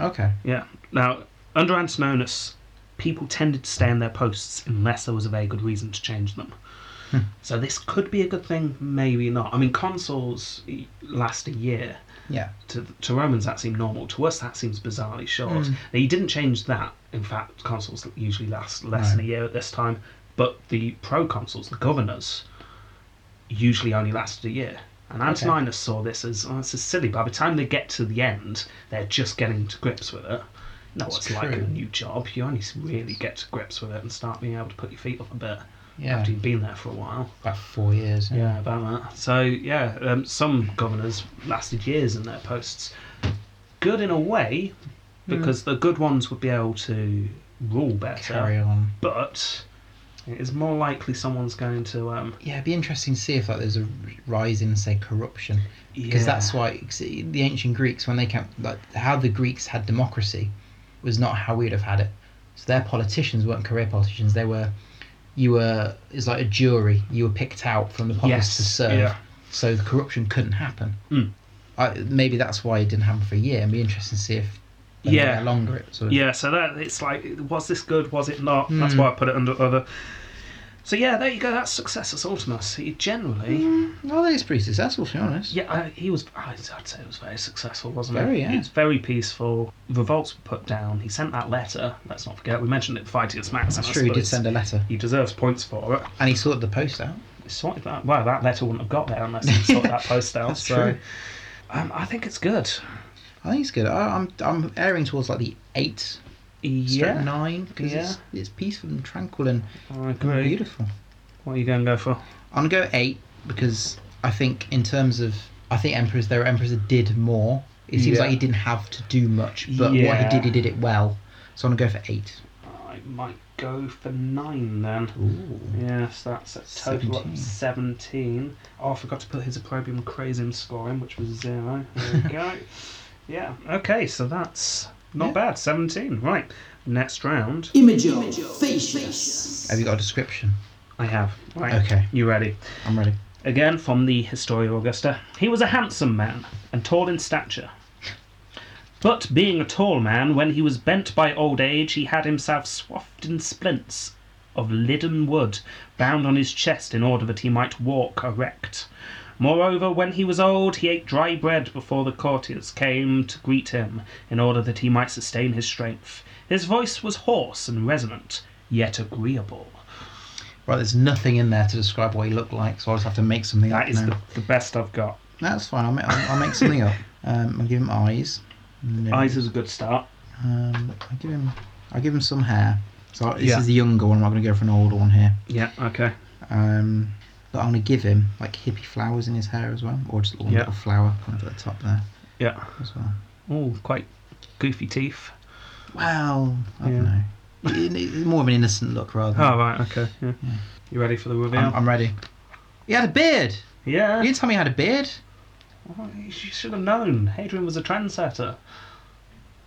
S2: Okay.
S3: Yeah. Now under Antoninus, people tended to stay in their posts unless there was a very good reason to change them. So this could be a good thing, maybe not. I mean, consuls e- last a year.
S2: Yeah.
S3: To, to Romans, that seemed normal. To us, that seems bizarrely short.
S2: Mm.
S3: Now, you didn't change that. In fact, consuls usually last less than a
S2: Right.
S3: year at this time. But the proconsuls, the governors, usually only lasted a year. And Antoninus saw this as, oh, this is silly. By the time they get to the end, they're just getting to grips with it. No,
S2: That's
S3: it's like a
S2: true.
S3: new job. You only really get to grips with it and start being able to put your feet up a bit
S2: Yeah.
S3: after you've been there for a while.
S2: About four years.
S3: Yeah, about that. So yeah, um, some governors lasted years in their posts. Good in a way,
S2: Hmm.
S3: because the good ones would be able to rule better.
S2: Carry on.
S3: But it is more likely someone's going to. Um,
S2: Yeah, it'd be interesting to see if like there's a rise in say corruption
S3: yeah,
S2: because that's why 'cause the ancient Greeks when they came like how the Greeks had democracy was not how we'd have had it. So their politicians weren't career politicians. They were you were it's like a jury. You were picked out from the populace
S3: Yes,
S2: to serve.
S3: yeah.
S2: So the corruption couldn't happen.
S3: Mm.
S2: I, maybe that's why it didn't happen for a year. It'd be interesting to see if when they
S3: Yeah.
S2: get longer it sort of
S3: Yeah, so that it's like, was this good? Was it not? That's
S2: Mm.
S3: why I put it under other. So yeah, there you go. That's successus ultimus. He generally,
S2: Well, Hmm. it's pretty successful to be honest.
S3: yeah, I, he was. oh, I'd I'd say it was very successful, wasn't it?
S2: Very, yeah.
S3: It's very peaceful. Revolts were put down. He sent that letter. Let's not forget. We mentioned it. Vitius Maximus.
S2: That's true. He
S3: but
S2: did
S3: it's-
S2: send a letter
S3: He deserves points for it.
S2: and he sorted the post out.
S3: He Sorted that. Well, that letter wouldn't have got there unless he
S2: *laughs*
S3: sorted that post out.
S2: That's
S3: so,
S2: true.
S3: Um, I think it's good.
S2: I think it's good. I, I'm I'm erring towards like the eight,
S3: Yeah,
S2: yeah. nine because
S3: Yeah.
S2: it's, it's peaceful and tranquil and
S3: I agree.
S2: beautiful.
S3: What are you going to go for?
S2: I'm gonna go eight because I think in terms of I think emperors there were emperors that did more. It seems
S3: Yeah.
S2: like he didn't have to do much, but what
S3: Yeah.
S2: he did, he did it well. So I'm gonna go for eight.
S3: I might go for nine then.
S2: Ooh.
S3: Yes, that's a total of
S2: 17.
S3: 17. Oh, I forgot to put his opprobrium crazim score in, which was zero. There
S2: *laughs*
S3: we go. Yeah, okay, so that's not
S2: Yeah.
S3: bad. 17. Right, next round.
S1: Imago facius.
S2: Have you got a description?
S3: I have. Right.
S2: Okay.
S3: You ready?
S2: I'm ready.
S3: Again, from the Historia Augusta. He was a handsome man and tall in stature. But being a tall man, when he was bent by old age, he had himself swathed in splints of lidden wood bound on his chest in order that he might walk erect. Moreover, when he was old, he ate dry bread before the courtiers came to greet him in order that he might sustain his strength. His voice was hoarse and resonant, yet agreeable.
S2: Right, there's nothing in there to describe what he looked like, so I'll just have to make something
S3: That
S2: up.
S3: is
S2: now.
S3: the, the best I've got.
S2: That's fine. I'll make, I'll, I'll make
S3: *laughs*
S2: something up. Um, I'll give him eyes. No.
S3: Eyes is a good start.
S2: Um, I'll give him I give him some hair. So this
S3: Yeah.
S2: is the younger one. I'm not going to go for an older one here.
S3: Yeah. Okay.
S2: Um, but I'm going to give him like hippie flowers in his hair as well, or just one
S3: Yeah.
S2: little flower kind of at the top there
S3: Yeah.
S2: as well.
S3: Oh, quite goofy teeth.
S2: Well, I
S3: Yeah.
S2: don't know. It- it's more of an innocent look rather. Than,
S3: Oh right. Okay. Yeah. You ready for the reveal?
S2: I'm, I'm ready. He had a beard.
S3: yeah.
S2: You didn't tell me he had a beard.
S3: Well, you should have known. Hadrian was a trendsetter.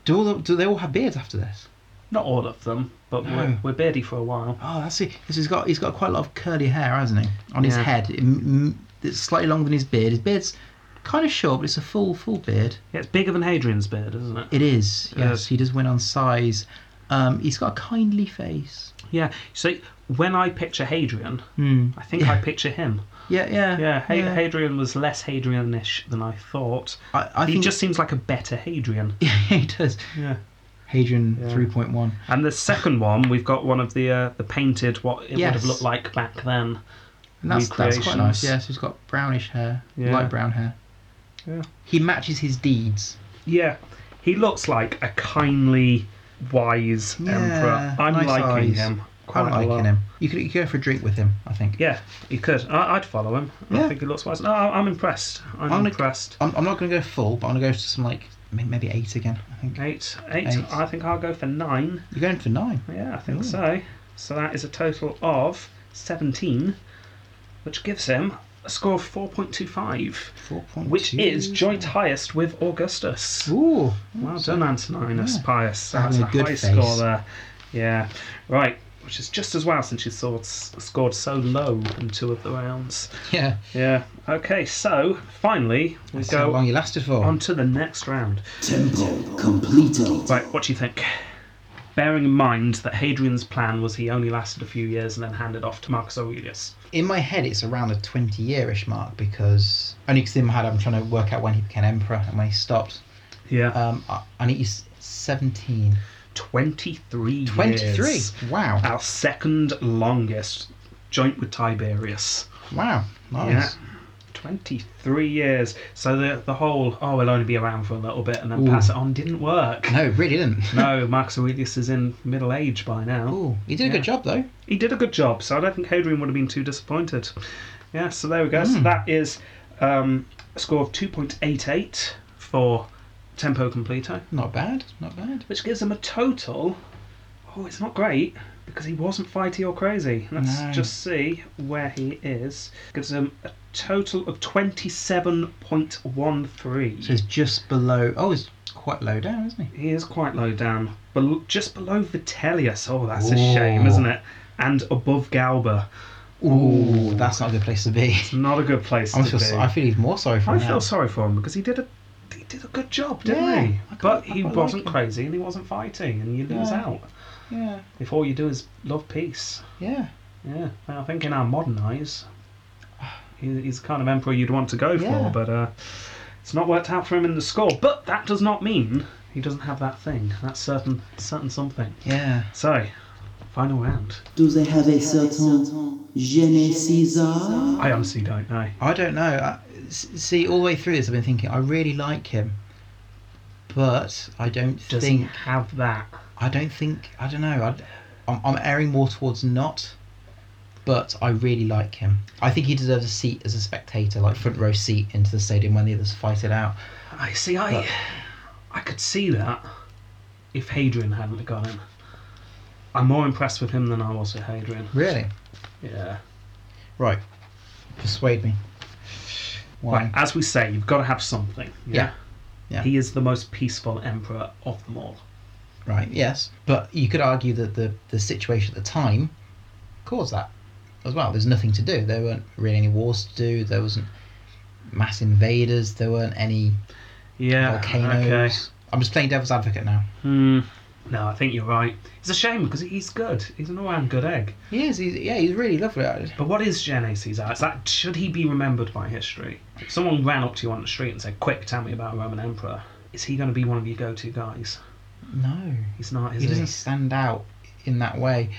S2: Do all the, do they all have beards after this?
S3: Not all of them, but
S2: No.
S3: we're, we're beardy for a while.
S2: Oh, that's it. 'Cause he's got he's got quite a lot of curly hair, hasn't he? On his
S3: Yeah.
S2: head, It- m- it's slightly longer than his beard. His beard's kind of short, but it's a full full beard.
S3: Yeah, it's bigger than Hadrian's beard, isn't it?
S2: It is.
S3: It
S2: Yes,
S3: is.
S2: he does win on size. Um, he's got a kindly face.
S3: Yeah. So when I picture Hadrian,
S2: Hmm.
S3: I think
S2: yeah.
S3: I picture him.
S2: yeah, yeah,
S3: Yeah, Ha-
S2: yeah.
S3: Hadrian was less Hadrianish than I thought.
S2: I, I
S3: he
S2: think
S3: just seems like a better Hadrian.
S2: *laughs* yeah, he does.
S3: Yeah.
S2: Hadrian
S3: Yeah.
S2: three point one.
S3: And the second one, we've got one of the uh, the painted what it would
S2: Yes.
S3: have looked like back then.
S2: And that's, that's quite nice.
S3: Recreations.
S2: Yes, he's got brownish hair,
S3: Yeah.
S2: light brown hair.
S3: Yeah.
S2: He matches his deeds.
S3: Yeah, he looks like a kindly, wise
S2: Yeah,
S3: emperor. I'm
S2: nice
S3: liking
S2: eyes.
S3: him quite
S2: I'm
S3: a lot.
S2: liking him. You could, you could go for a drink with him, I think.
S3: Yeah, he could. I, I'd follow him.
S2: Yeah.
S3: I think he looks wise. No, I- I'm impressed. I'm,
S2: I'm gonna-
S3: impressessed
S2: I'm, I'm not going to go full, but I'm going to go to some like may- maybe eight again. I think
S3: Eight, eight,
S2: Eight.
S3: I think I'll go for nine.
S2: you're going for nine.
S3: Yeah, I think
S2: Ooh.
S3: so. So that is a total of seventeen, which gives him a score of four point two five,
S2: Four point
S3: which is joint highest with Augustus.
S2: Ooh,
S3: Well done, Antoninus
S2: Yeah.
S3: Pius. That's
S2: Having
S3: a,
S2: a good
S3: high
S2: face.
S3: score there. Yeah, right. Which is just as well since you saw, scored so low in two of the rounds.
S2: yeah.
S3: Yeah. Okay, so finally we
S2: That's how
S3: go
S2: long you lasted for.
S3: on to the next round.
S1: Tempo completo.
S3: Right, what do you think? Bearing in mind that Hadrian's plan was he only lasted a few years and then handed off to Marcus Aurelius.
S2: In my head, it's around the twenty-year-ish mark because only because in my head I'm trying to work out when he became emperor and when he stopped.
S3: Yeah.
S2: Um, I, I need he's seventeen.
S3: 23
S2: Twenty-three.
S3: years.
S2: Wow.
S3: Our second longest, joint with Tiberius.
S2: Wow. Nice.
S3: 23 years. So the the whole, oh, we'll only be around for a little bit and then
S2: Ooh.
S3: pass it on didn't work.
S2: No, it really didn't. *laughs*
S3: no, Marcus Aurelius is in middle age by now.
S2: Ooh, he did a
S3: Yeah.
S2: good job though.
S3: He did a good job, so I don't think Hadrian would have been too disappointed. Yeah, so there we go. So
S2: Mm.
S3: that is um, a score of 2.88 for Tempo Completo,
S2: Not bad. Not bad.
S3: which gives him a total. Oh, it's not great because he wasn't fighty or crazy. Let's
S2: No.
S3: just see where he is. Gives him a total of 27.13.
S2: So he's just below. Oh, he's quite low down, isn't he?
S3: He is quite low down, bel- just below Vitellius. Oh, that's a
S2: Ooh.
S3: shame, isn't it? And above Galba.
S2: Ooh, that's not a good *laughs* place to be.
S3: Not a good place
S2: I
S3: to
S2: feel,
S3: be.
S2: so- I feel even more sorry for
S3: I
S2: him. now.
S3: feel sorry for him because he did a he did a good job, didn't
S2: Yeah,
S3: he?
S2: I quite-
S3: But
S2: I
S3: he
S2: quite
S3: wasn't
S2: like him.
S3: crazy and he wasn't fighting, and you lose
S2: Yeah.
S3: out
S2: Yeah,
S3: if all you do is love peace.
S2: yeah,
S3: Yeah, Now, I think in our modern eyes, he, he's the kind of emperor you'd want to go
S2: Yeah.
S3: for, but uh, it's not worked out for him in the score. But that does not mean he doesn't have that thing, that certain certain something.
S2: yeah.
S3: So, final round.
S1: Do they have a certain Gene Caesar?
S3: I honestly don't know.
S2: I don't know. I s see, all the way through this, I've been thinking I really like him, but I don't
S3: Does he
S2: think.
S3: have that?
S2: I don't think. I don't know. I, I'm, I'm erring more towards not, but I really like him. I think he deserves a seat as a spectator, like front row seat into the stadium when the others fight it out.
S3: I see. I
S2: But-
S3: I could see that if Hadrian hadn't have got him. I'm more impressed with him than I was with Hadrian.
S2: Really?
S3: Yeah.
S2: Right. Persuade me. Why?
S3: Right. As we say, you've got to have something.
S2: Yeah. Yeah.
S3: He is the most peaceful emperor of them all.
S2: Right, yes. But you could argue that the, the situation at the time caused that as well. There's nothing to do. There weren't really any wars to do. There wasn't mass invaders. There weren't any
S3: Yeah.
S2: volcanoes. I'm just playing devil's advocate now.
S3: Okay. Hmm. No, I think you're right. It's a shame because he's good. He's an all-round good egg.
S2: He is. He's, yeah, he's really lovely. I-
S3: But what is Gene Caesar? Is that should he be remembered by history? If someone ran up to you on the street and said, "Quick, tell me about a Roman emperor," is he going to be one of your go-to guys?
S2: No,
S3: He's not, is
S2: he
S3: he?
S2: doesn't stand out in that way.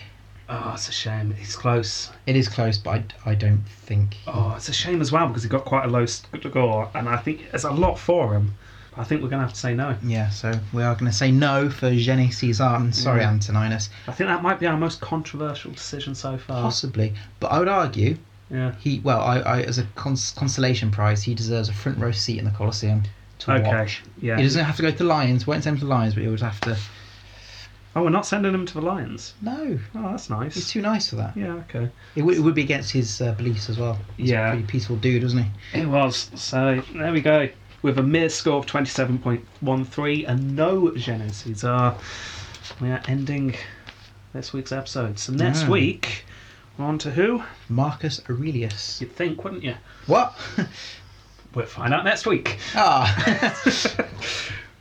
S3: Oh, it's a shame. He's close.
S2: It is close, but I, I don't think.
S3: Oh, it's a shame as well because he got quite a low score, and I think there's a lot for him. But I think we're going to have to say no.
S2: Yeah, so we are going to say no for Jenny Caesar. I'm sorry,
S3: Yeah.
S2: Antoninus.
S3: I think that might be our most controversial decision so far.
S2: Possibly, but I would argue
S3: yeah.
S2: he. Well, I, I as a cons- consolation prize, he deserves a front row seat in the Colosseum to
S3: Okay.
S2: watch.
S3: Yeah.
S2: He doesn't have to go to Lions. Won't send him to Lions, but he would have to.
S3: Oh, we're not sending him to the Lions.
S2: No,
S3: Oh, that's
S2: he's
S3: nice.
S2: too nice for that.
S3: Yeah. Okay.
S2: It would, it would be against his uh, beliefs as well. He's
S3: Yeah.
S2: a pretty peaceful dude, isn't he?
S3: It was. So there we go. With a mere score of 27.13 and no Genesis are we are ending this week's episode. So next
S2: Yeah.
S3: week we're on to who?
S2: Marcus Aurelius.
S3: You'd think, wouldn't you?
S2: What?
S3: We'll find out next week. *laughs*
S2: Ah. *laughs*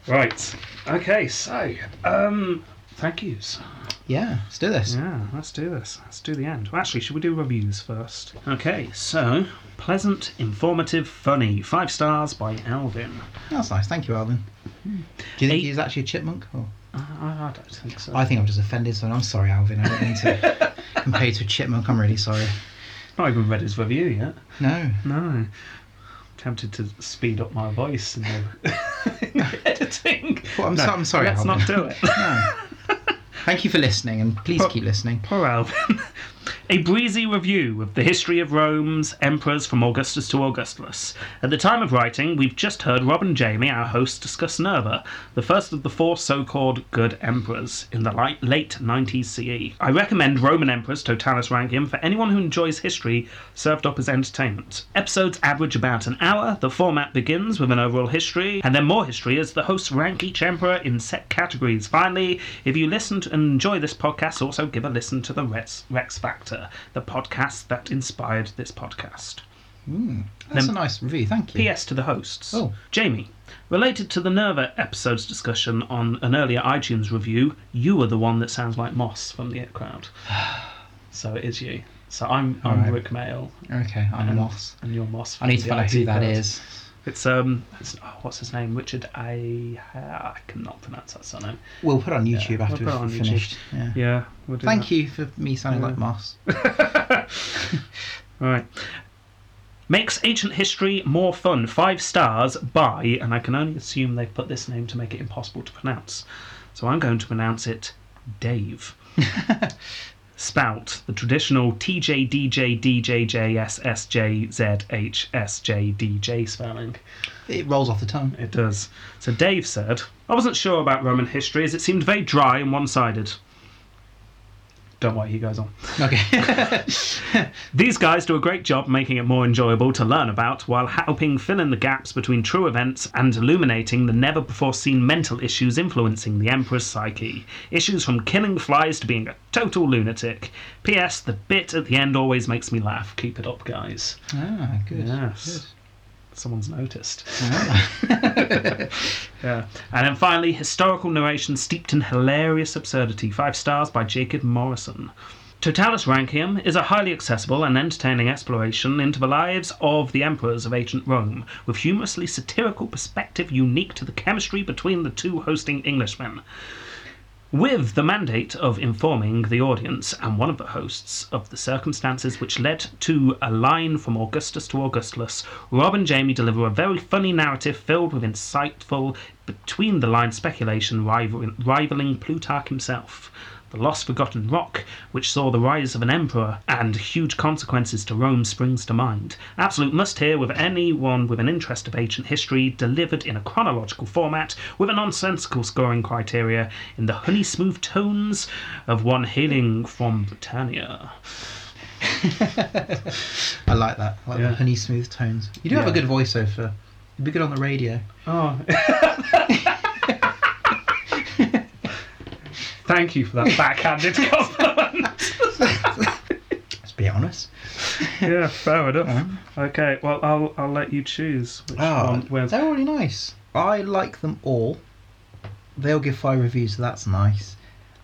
S3: Right. Okay, so um thank yous.
S2: yeah. Let's do this.
S3: Yeah, let's do this. Let's do the end. Well, actually, should we do reviews first? Okay, so pleasant, informative, funny. Five stars by Alvin.
S2: That's nice. Thank you, Alvin. Do you think
S3: Eight-
S2: he's actually a chipmunk? Or?
S3: I, I don't think so.
S2: I think I've just offended someone. I'm sorry, Alvin. I don't mean
S3: *laughs*
S2: to compare you to a chipmunk. I'm really sorry.
S3: not even read his review yet.
S2: No.
S3: No. I'm tempted to speed up my voice in the, *laughs* in
S2: *laughs*
S3: the editing.
S2: Well, I'm, so, I'm sorry,
S3: Let's
S2: Alvin.
S3: not do it.
S2: No. Thank you for listening, and please keep listening.
S3: Poor Alvin. *laughs* A breezy review of the history of Rome's emperors from Augustus to Augustulus. At the time of writing, we've just heard Rob and Jamie, our hosts, discuss Nerva, the first of the four so called good emperors, in the li- late 90s CE. I recommend Roman Emperors Totalis Rankium for anyone who enjoys history served up as entertainment. Episodes average about an hour. The format begins with an overall history, and then more history as the hosts rank each emperor in set categories. Finally, if you listened and enjoy this podcast, also give a listen to the Rex, Rex Factor, the podcast that inspired this podcast.
S2: That's
S3: Then-
S2: a nice review. Thank you.
S3: P.S. to the hosts.
S2: Oh.
S3: Jamie, related to the Nerva episode's discussion on an earlier iTunes review, you are the one that sounds like Moss from the It Crowd. *sighs* so it is you. So I'm, I'm
S2: Alright.
S3: Rick Mail,
S2: Okay, I'm
S3: And-
S2: lost.
S3: and you're Moss.
S2: I need to
S3: from
S2: find
S3: the
S2: out who
S3: IT
S2: that
S3: Crowd.
S2: is.
S3: It's um, it's, oh, what's his name? Richard A. I cannot pronounce that surname.
S2: We'll put it on YouTube
S3: we'll
S2: after
S3: put it on
S2: we've
S3: YouTube.
S2: finished. Yeah.
S3: Yeah, we'll do
S2: Thank you for me sounding like Moss.
S3: Right. Makes ancient history more fun. Five stars by, and I can only assume they've put this name to make it impossible to pronounce. So I'm going to pronounce it
S2: *laughs*
S3: Dave. Spout, the traditional TJDJDJJSSJZHSJDJ spelling.
S2: It rolls off the tongue.
S3: It does. So Dave said, I wasn't sure about Roman history as it seemed very dry and one sided. Don't worry, he goes on. *laughs*
S2: Okay.
S3: These guys do a great job making it more enjoyable to learn about while helping fill in the gaps between true events and illuminating the never before seen mental issues influencing the Emperor's psyche. Issues from killing flies to being a total lunatic. P.S. The bit at the end always makes me laugh. Keep it up, guys.
S2: ah, good.
S3: Yes. Someone's noticed.
S2: good. Ah.
S3: Yeah. And then finally, historical narration steeped in hilarious absurdity. Five stars by Jacob Morrison. Totalis Rankium is a highly accessible and entertaining exploration into the lives of the emperors of ancient Rome, with humorously satirical perspective unique to the chemistry between the two hosting Englishmen. With the mandate of informing the audience and one of the hosts of the circumstances which led to a line from Augustus to Augustulus, Rob and Jamie deliver a very funny narrative filled with insightful between the line speculation rival- rivaling Plutarch himself. The Lost Forgotten Rock, which saw the rise of an emperor and huge consequences to Rome, springs to mind. Absolute must hear with anyone with an interest of ancient history, delivered in a chronological format with a nonsensical scoring criteria in the honey smooth tones of one hailing from Britannia.
S2: I like that. I like
S3: Yeah.
S2: the honey smooth tones. You do have
S3: Yeah.
S2: a good voiceover. You'd be good on the radio.
S3: Oh. *laughs* Thank you for that backhanded *laughs* compliment.
S2: Let's be honest.
S3: yeah, fair enough. Okay, well, I'll I'll let you choose which
S2: Oh,
S3: one. Where's...
S2: they're really nice. I like them all. They'll give five reviews, so that's nice.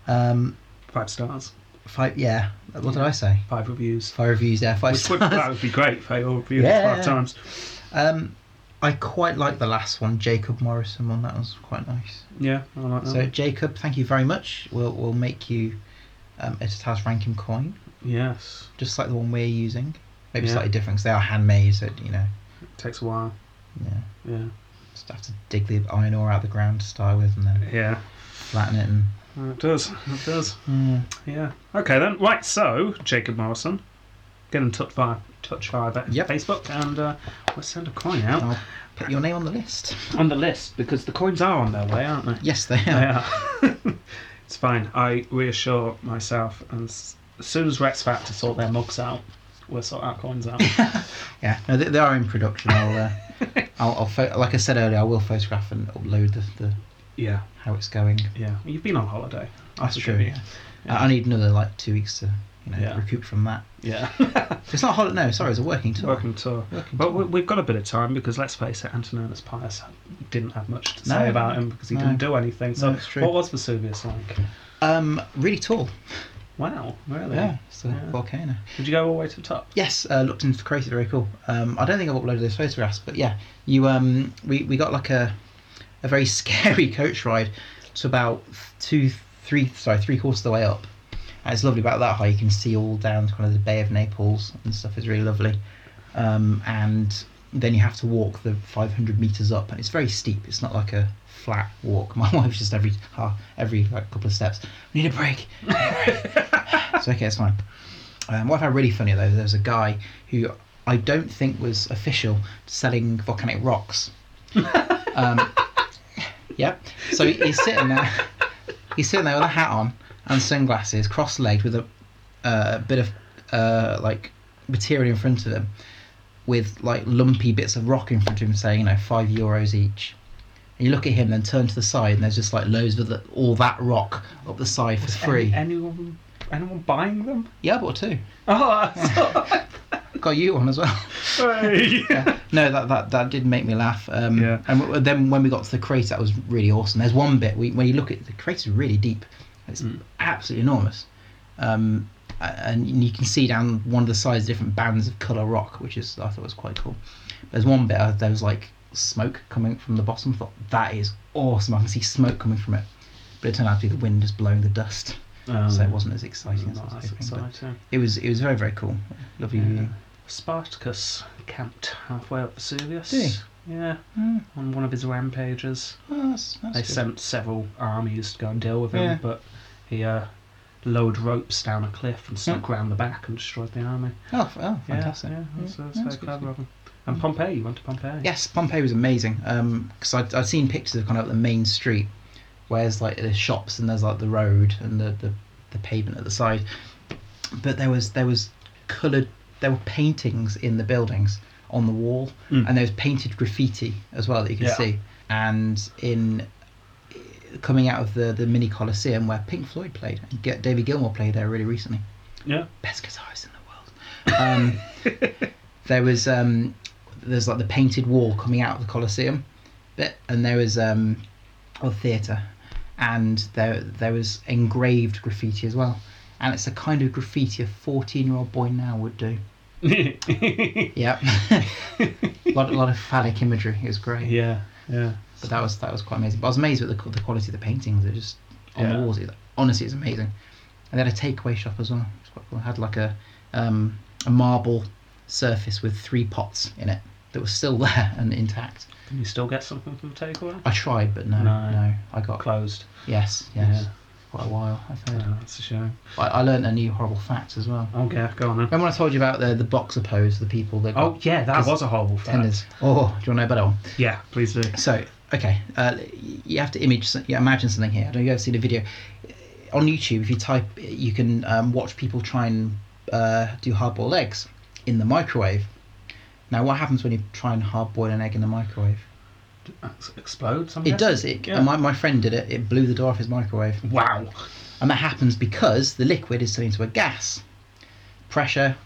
S2: Um,
S3: Five stars,
S2: five, yeah. What did I say?
S3: five reviews.
S2: Five reviews there, five
S3: Which would, that
S2: stars.
S3: would be great for your reviews
S2: Yeah.
S3: five times.
S2: *laughs* Um, I quite like the last one, Jacob Morrison one. That was quite nice.
S3: Yeah, I like that.
S2: So Jacob, thank you very much. We'll we'll make you um, a Taz Rankin coin,
S3: yes,
S2: just like the one we're using. Maybe
S3: Yeah.
S2: slightly different because they are handmade. So you know,
S3: takes a while.
S2: yeah.
S3: Yeah.
S2: Just have to dig the iron ore out of the ground to start with and then
S3: Yeah,
S2: flatten it and.
S3: Uh, it does. It does.
S2: Mm.
S3: Yeah. Okay then. Right. So Jacob Morrison, get in touch via touch via that
S2: Yep.
S3: Facebook, and uh, we'll send a coin out
S2: I'll put your name on the list.
S3: on the list because the coins are on their way, aren't they?
S2: Yes, they are.
S3: Yeah. *laughs* it's fine. I reassure myself, and s- as soon as Rex Fat to sort their mugs out, we'll sort our coins *laughs* out.
S2: Yeah, no, they, they are in production. I'll,
S3: *laughs*
S2: uh, I'll, I'll pho- like I said earlier, I will photograph and upload the, the
S3: yeah.
S2: how it's going.
S3: Yeah. Well, you've been on holiday.
S2: That's
S3: That's
S2: true.
S3: good.
S2: Yeah. I, I need another like two weeks to you know
S3: Yeah.
S2: recoup from that.
S3: Yeah.
S2: It's not a holiday. No, sorry, it's a working tour.
S3: Welcome to. But we- we've got a bit of time because let's face it, Antoninus Pius didn't have much to
S2: No.
S3: say about him because he
S2: No.
S3: didn't do anything. So,
S2: No, it's true.
S3: what was Vesuvius like?
S2: Um, really tall.
S3: Wow, really?
S2: Yeah, it's a
S3: Yeah.
S2: volcano.
S3: Did you go all the way to the top?
S2: Yes, uh, looked into crazy, very cool. Um, I don't think I've uploaded those photographs, but yeah, you um, we, we got like a a very *laughs* scary coach ride to about two, three, sorry, three quarters of the way up. And it's lovely about that high. You can see all down to kind of the Bay of Naples and stuff. It's really lovely. Um, and then you have to walk the 500 meters up, and it's very steep. It's not like a flat walk. *laughs* My wife's just every ah, every like couple of steps. We need a break. it's okay. It's fine. Um, what I found really funny though, there was a guy who I don't think was official selling volcanic rocks. um, yep. So he- he's sitting there, he's sitting there with a hat on and sunglasses, cross-legged, with a uh, bit of uh, like material in front of him, with like lumpy bits of rock in front of him, saying you know five euros each. And you look at him, then turn to the side, and there's just like loads of the, all that rock up the side for free.
S3: Any- anyone, anyone buying them? *laughs*
S2: Yeah, I bought two.
S3: Oh, that's
S2: Got you one as well.
S3: *laughs*
S2: *laughs*
S3: sorry.
S2: No, that, that that did make me laugh. Um,
S3: Yeah.
S2: And w- then when we got to the crater, that was really awesome. There's one bit we, when you look at the crater's really deep. It's
S3: Mm.
S2: absolutely enormous, um, a- and you can see down one of the sides different bands of color rock, which is I thought was quite cool. There's one bit uh, there was like smoke coming from the bottom. I thought that is awesome. I can see smoke coming from it, but it turned out to be the wind just blowing the dust,
S3: Um,
S2: so it wasn't as exciting as I
S3: not
S2: was
S3: as
S2: hoping. but
S3: exciting.
S2: It was it was very very cool. Lovely
S3: Yeah.
S2: view.
S3: Spartacus camped halfway up Vesuvius.
S2: Did
S3: Yeah,
S2: Mm,
S3: on one of his rampages.
S2: well, that's, that's
S3: They
S2: good.
S3: sent several armies to go and deal with him,
S2: Yeah.
S3: but he uh, lowered ropes down a cliff and snuck round the back and destroyed the army.
S2: Oh, f- oh
S3: Yeah,
S2: fantastic.
S3: Yeah, that's,
S2: Yeah,
S3: that's
S2: that's good,
S3: very
S2: Mm.
S3: clever
S2: good.
S3: of him. And Pompeii, you went to Pompeii.
S2: Yes, Pompeii was amazing. Um, because I'd, I'd seen pictures of kind of the main street, where there's like the shops and there's like the road and the, the, the pavement at the side, but there was there was coloured there were paintings in the buildings on the wall
S3: Mm.
S2: and there was painted graffiti as well that you could
S3: Yeah.
S2: see. And in coming out of the the mini Colosseum where Pink Floyd played and get David Gilmour played there really recently.
S3: Yeah.
S2: best guitarist in the world. Um, there was um, there's like the painted wall coming out of the Colosseum bit, and there was um, or theatre, and there there was engraved graffiti as well, and it's the kind of graffiti a fourteen year old boy now would do.
S3: yeah.
S2: Yeah,
S3: *laughs*
S2: a *laughs* lot a lot of phallic imagery. It was great,
S3: Yeah. Yeah.
S2: but that was that was quite amazing. But I was amazed with the, qu- the quality of the paintings. They're just on
S3: Yeah.
S2: the walls. It, honestly, it's amazing. And they had a takeaway shop as well. It's quite cool. It had like a um, a marble surface with three pots in it that was still *laughs* there and intact.
S3: Can you still get something from takeaway?
S2: I tried, but no,
S3: No.
S2: no, I got
S3: Closed.
S2: yes, yes, quite a while. I think
S3: Oh, that's a shame.
S2: I, I learned a new horrible fact as well.
S3: Okay, go on then.
S2: Remember when I told you about the the boxer pose, the people that got
S3: Oh, yeah, that
S2: Because
S3: was a horrible fact.
S2: tenders? Oh, do you want to know about that one?
S3: Yeah, please do.
S2: So, okay, uh, you have to image, some- you imagine something here. I don't know if you've ever seen a video on YouTube. If you type, you can um, watch people try and uh, do hard-boiled eggs in the microwave. Now, what happens when you try and hard-boil an egg in the microwave?
S3: Ex- Explodes, I'm
S2: It
S3: guessing?
S2: does. It,
S3: Yeah.
S2: my, my friend did it. It blew the door off his microwave,
S3: Wow.
S2: and that happens because the liquid is turning to a gas. Pressure.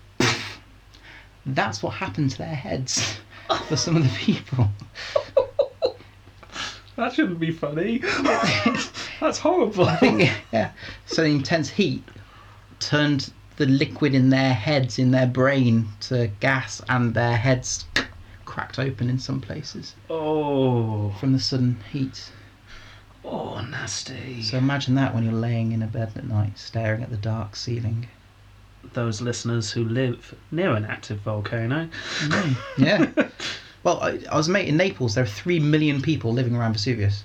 S2: That's what happened to their heads *laughs* for some of the people.
S3: That shouldn't
S2: *laughs*
S3: be funny. that's horrible.
S2: yeah. So the intense heat turned the liquid in their heads, in their brain, to gas, and their heads cracked open in some places
S3: Oh.
S2: from the sudden heat.
S3: Oh, nasty.
S2: So imagine that when you're laying in a bed at night, staring at the dark ceiling.
S3: Those listeners who live near an active volcano,
S2: Yeah. Well, I, I was mate in Naples. There are three million people living around Vesuvius.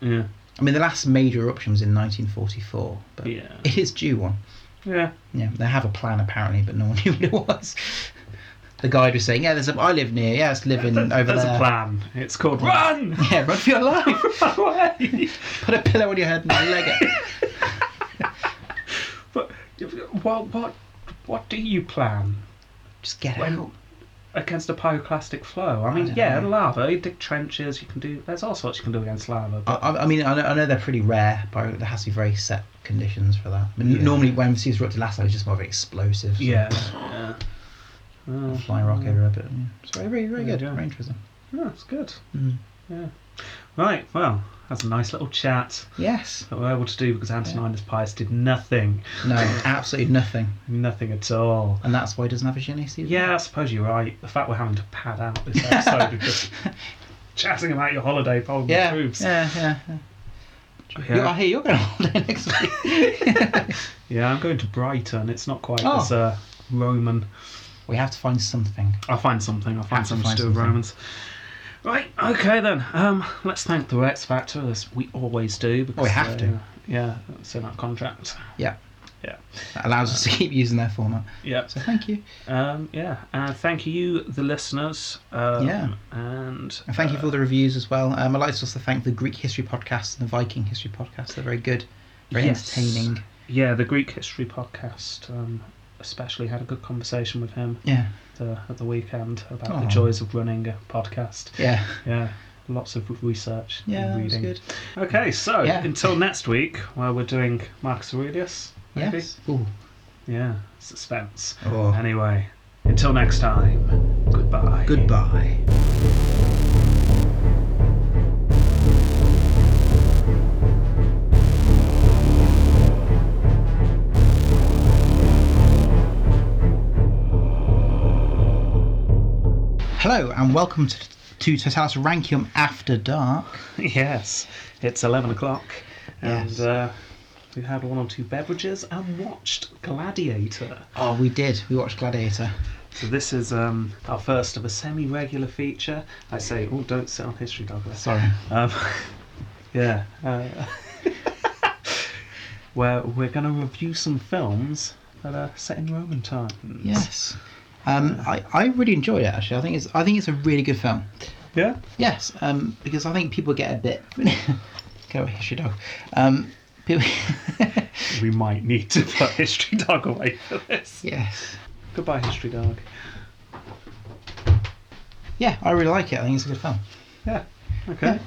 S3: Yeah.
S2: I mean, the last major eruption was in 1944, but
S3: Yeah.
S2: it is due one.
S3: Yeah.
S2: Yeah, they have a plan apparently, but no one *laughs* knew what it was. The guide was saying, "Yeah, there's a. I live near. Yeah, it's living
S3: There's,
S2: over
S3: there's
S2: there.
S3: a plan. It's called Run!
S2: *laughs* Yeah, run for your *laughs* life.
S3: Run *laughs* away!
S2: Put a pillow on your head and leg
S3: *laughs*
S2: it.
S3: But what, what, what do you plan
S2: Just get
S3: When-
S2: out.
S3: against a pyroclastic flow? I
S2: I
S3: mean,
S2: don't
S3: yeah,
S2: know.
S3: lava. You dig trenches. You can do. There's all sorts you can do against lava.
S2: I,
S3: But
S2: I- I mean, I know, I know they're pretty rare, but there has to be very set conditions for that. I mean,
S3: Yeah.
S2: Normally, when Vesuvius erupted last time, it was just more of an explosive. sort
S3: yeah.
S2: of
S3: yeah. Uh,
S2: Flying rock everywhere, but yeah. it's very, very, very
S3: There you
S2: good.
S3: go.
S2: Very interesting.
S3: yeah, it's good.
S2: Mm.
S3: Right. Well, that's a nice little chat
S2: Yes.
S3: that we're able to do because Antoninus Pius did nothing, *laughs*
S2: No, absolutely nothing.
S3: nothing at all.
S2: And that's why he doesn't have a Genet season.
S3: Yeah, I suppose you're right. The fact we're having to pad out this episode
S2: *laughs*
S3: of just chatting about your holiday probably
S2: Yeah.
S3: proves.
S2: Yeah, yeah, yeah. You, I
S3: Yeah.
S2: hear you're *laughs* going on holiday next week. *laughs*
S3: Yeah, I'm going to Brighton. It's not quite
S2: Oh.
S3: as uh, Roman.
S2: we have to find something.
S3: I'll find something. I'll find
S2: Have to
S3: something
S2: find
S3: to do with
S2: something.
S3: Romans. Right, okay then. Um, let's thank the Rex Factor, as we always do. Because,
S2: Oh, we have
S3: uh,
S2: to.
S3: Yeah, it's in our contract.
S2: Yeah.
S3: Yeah.
S2: That allows us to keep using their format.
S3: Yeah.
S2: So thank you.
S3: Um, yeah. And thank you, the listeners. Um,
S2: Yeah.
S3: And
S2: And thank you for all the reviews as well. Um, I'd like to also thank the Greek History Podcast and the Viking History Podcast. They're very good, very
S3: Yes.
S2: entertaining.
S3: yeah, the Greek History podcast. Um, especially had a good conversation with him
S2: Yeah,
S3: the, at the weekend about the
S2: Aw.
S3: joys of running a podcast.
S2: yeah,
S3: Yeah. Lots of research.
S2: yeah.
S3: and
S2: That was
S3: reading.
S2: good.
S3: Okay, so
S2: Yeah.
S3: until next week, where we're doing Marcus Aurelius. Maybe?
S2: Yes. Ooh.
S3: Yeah, suspense.
S2: Oh.
S3: Anyway, until next time, goodbye.
S2: Goodbye. Hello and welcome to, to Totalis Rankium After Dark.
S3: *laughs* Yes, it's 11 o'clock, and
S2: Yes.
S3: uh, we had one or two beverages and watched Gladiator.
S2: Oh, we did. We watched Gladiator.
S3: So, this is um, our first of a semi regular feature. I say, oh, don't sit on History Douglas.
S2: Sorry.
S3: Um, *laughs* yeah. Uh, *laughs* where we're going to review some films that are set in Roman times.
S2: Yes. Um, I, I really enjoyed it actually. I think it's I think it's a really good film.
S3: Yeah?
S2: Yes, um, because I think people get a bit. *laughs* Go away, history dog. Um, people... *laughs*
S3: We might need to put History Dog away for this.
S2: yes.
S3: Goodbye, History Dog.
S2: Yeah, I really like it. I think it's a good film.
S3: Yeah. Okay.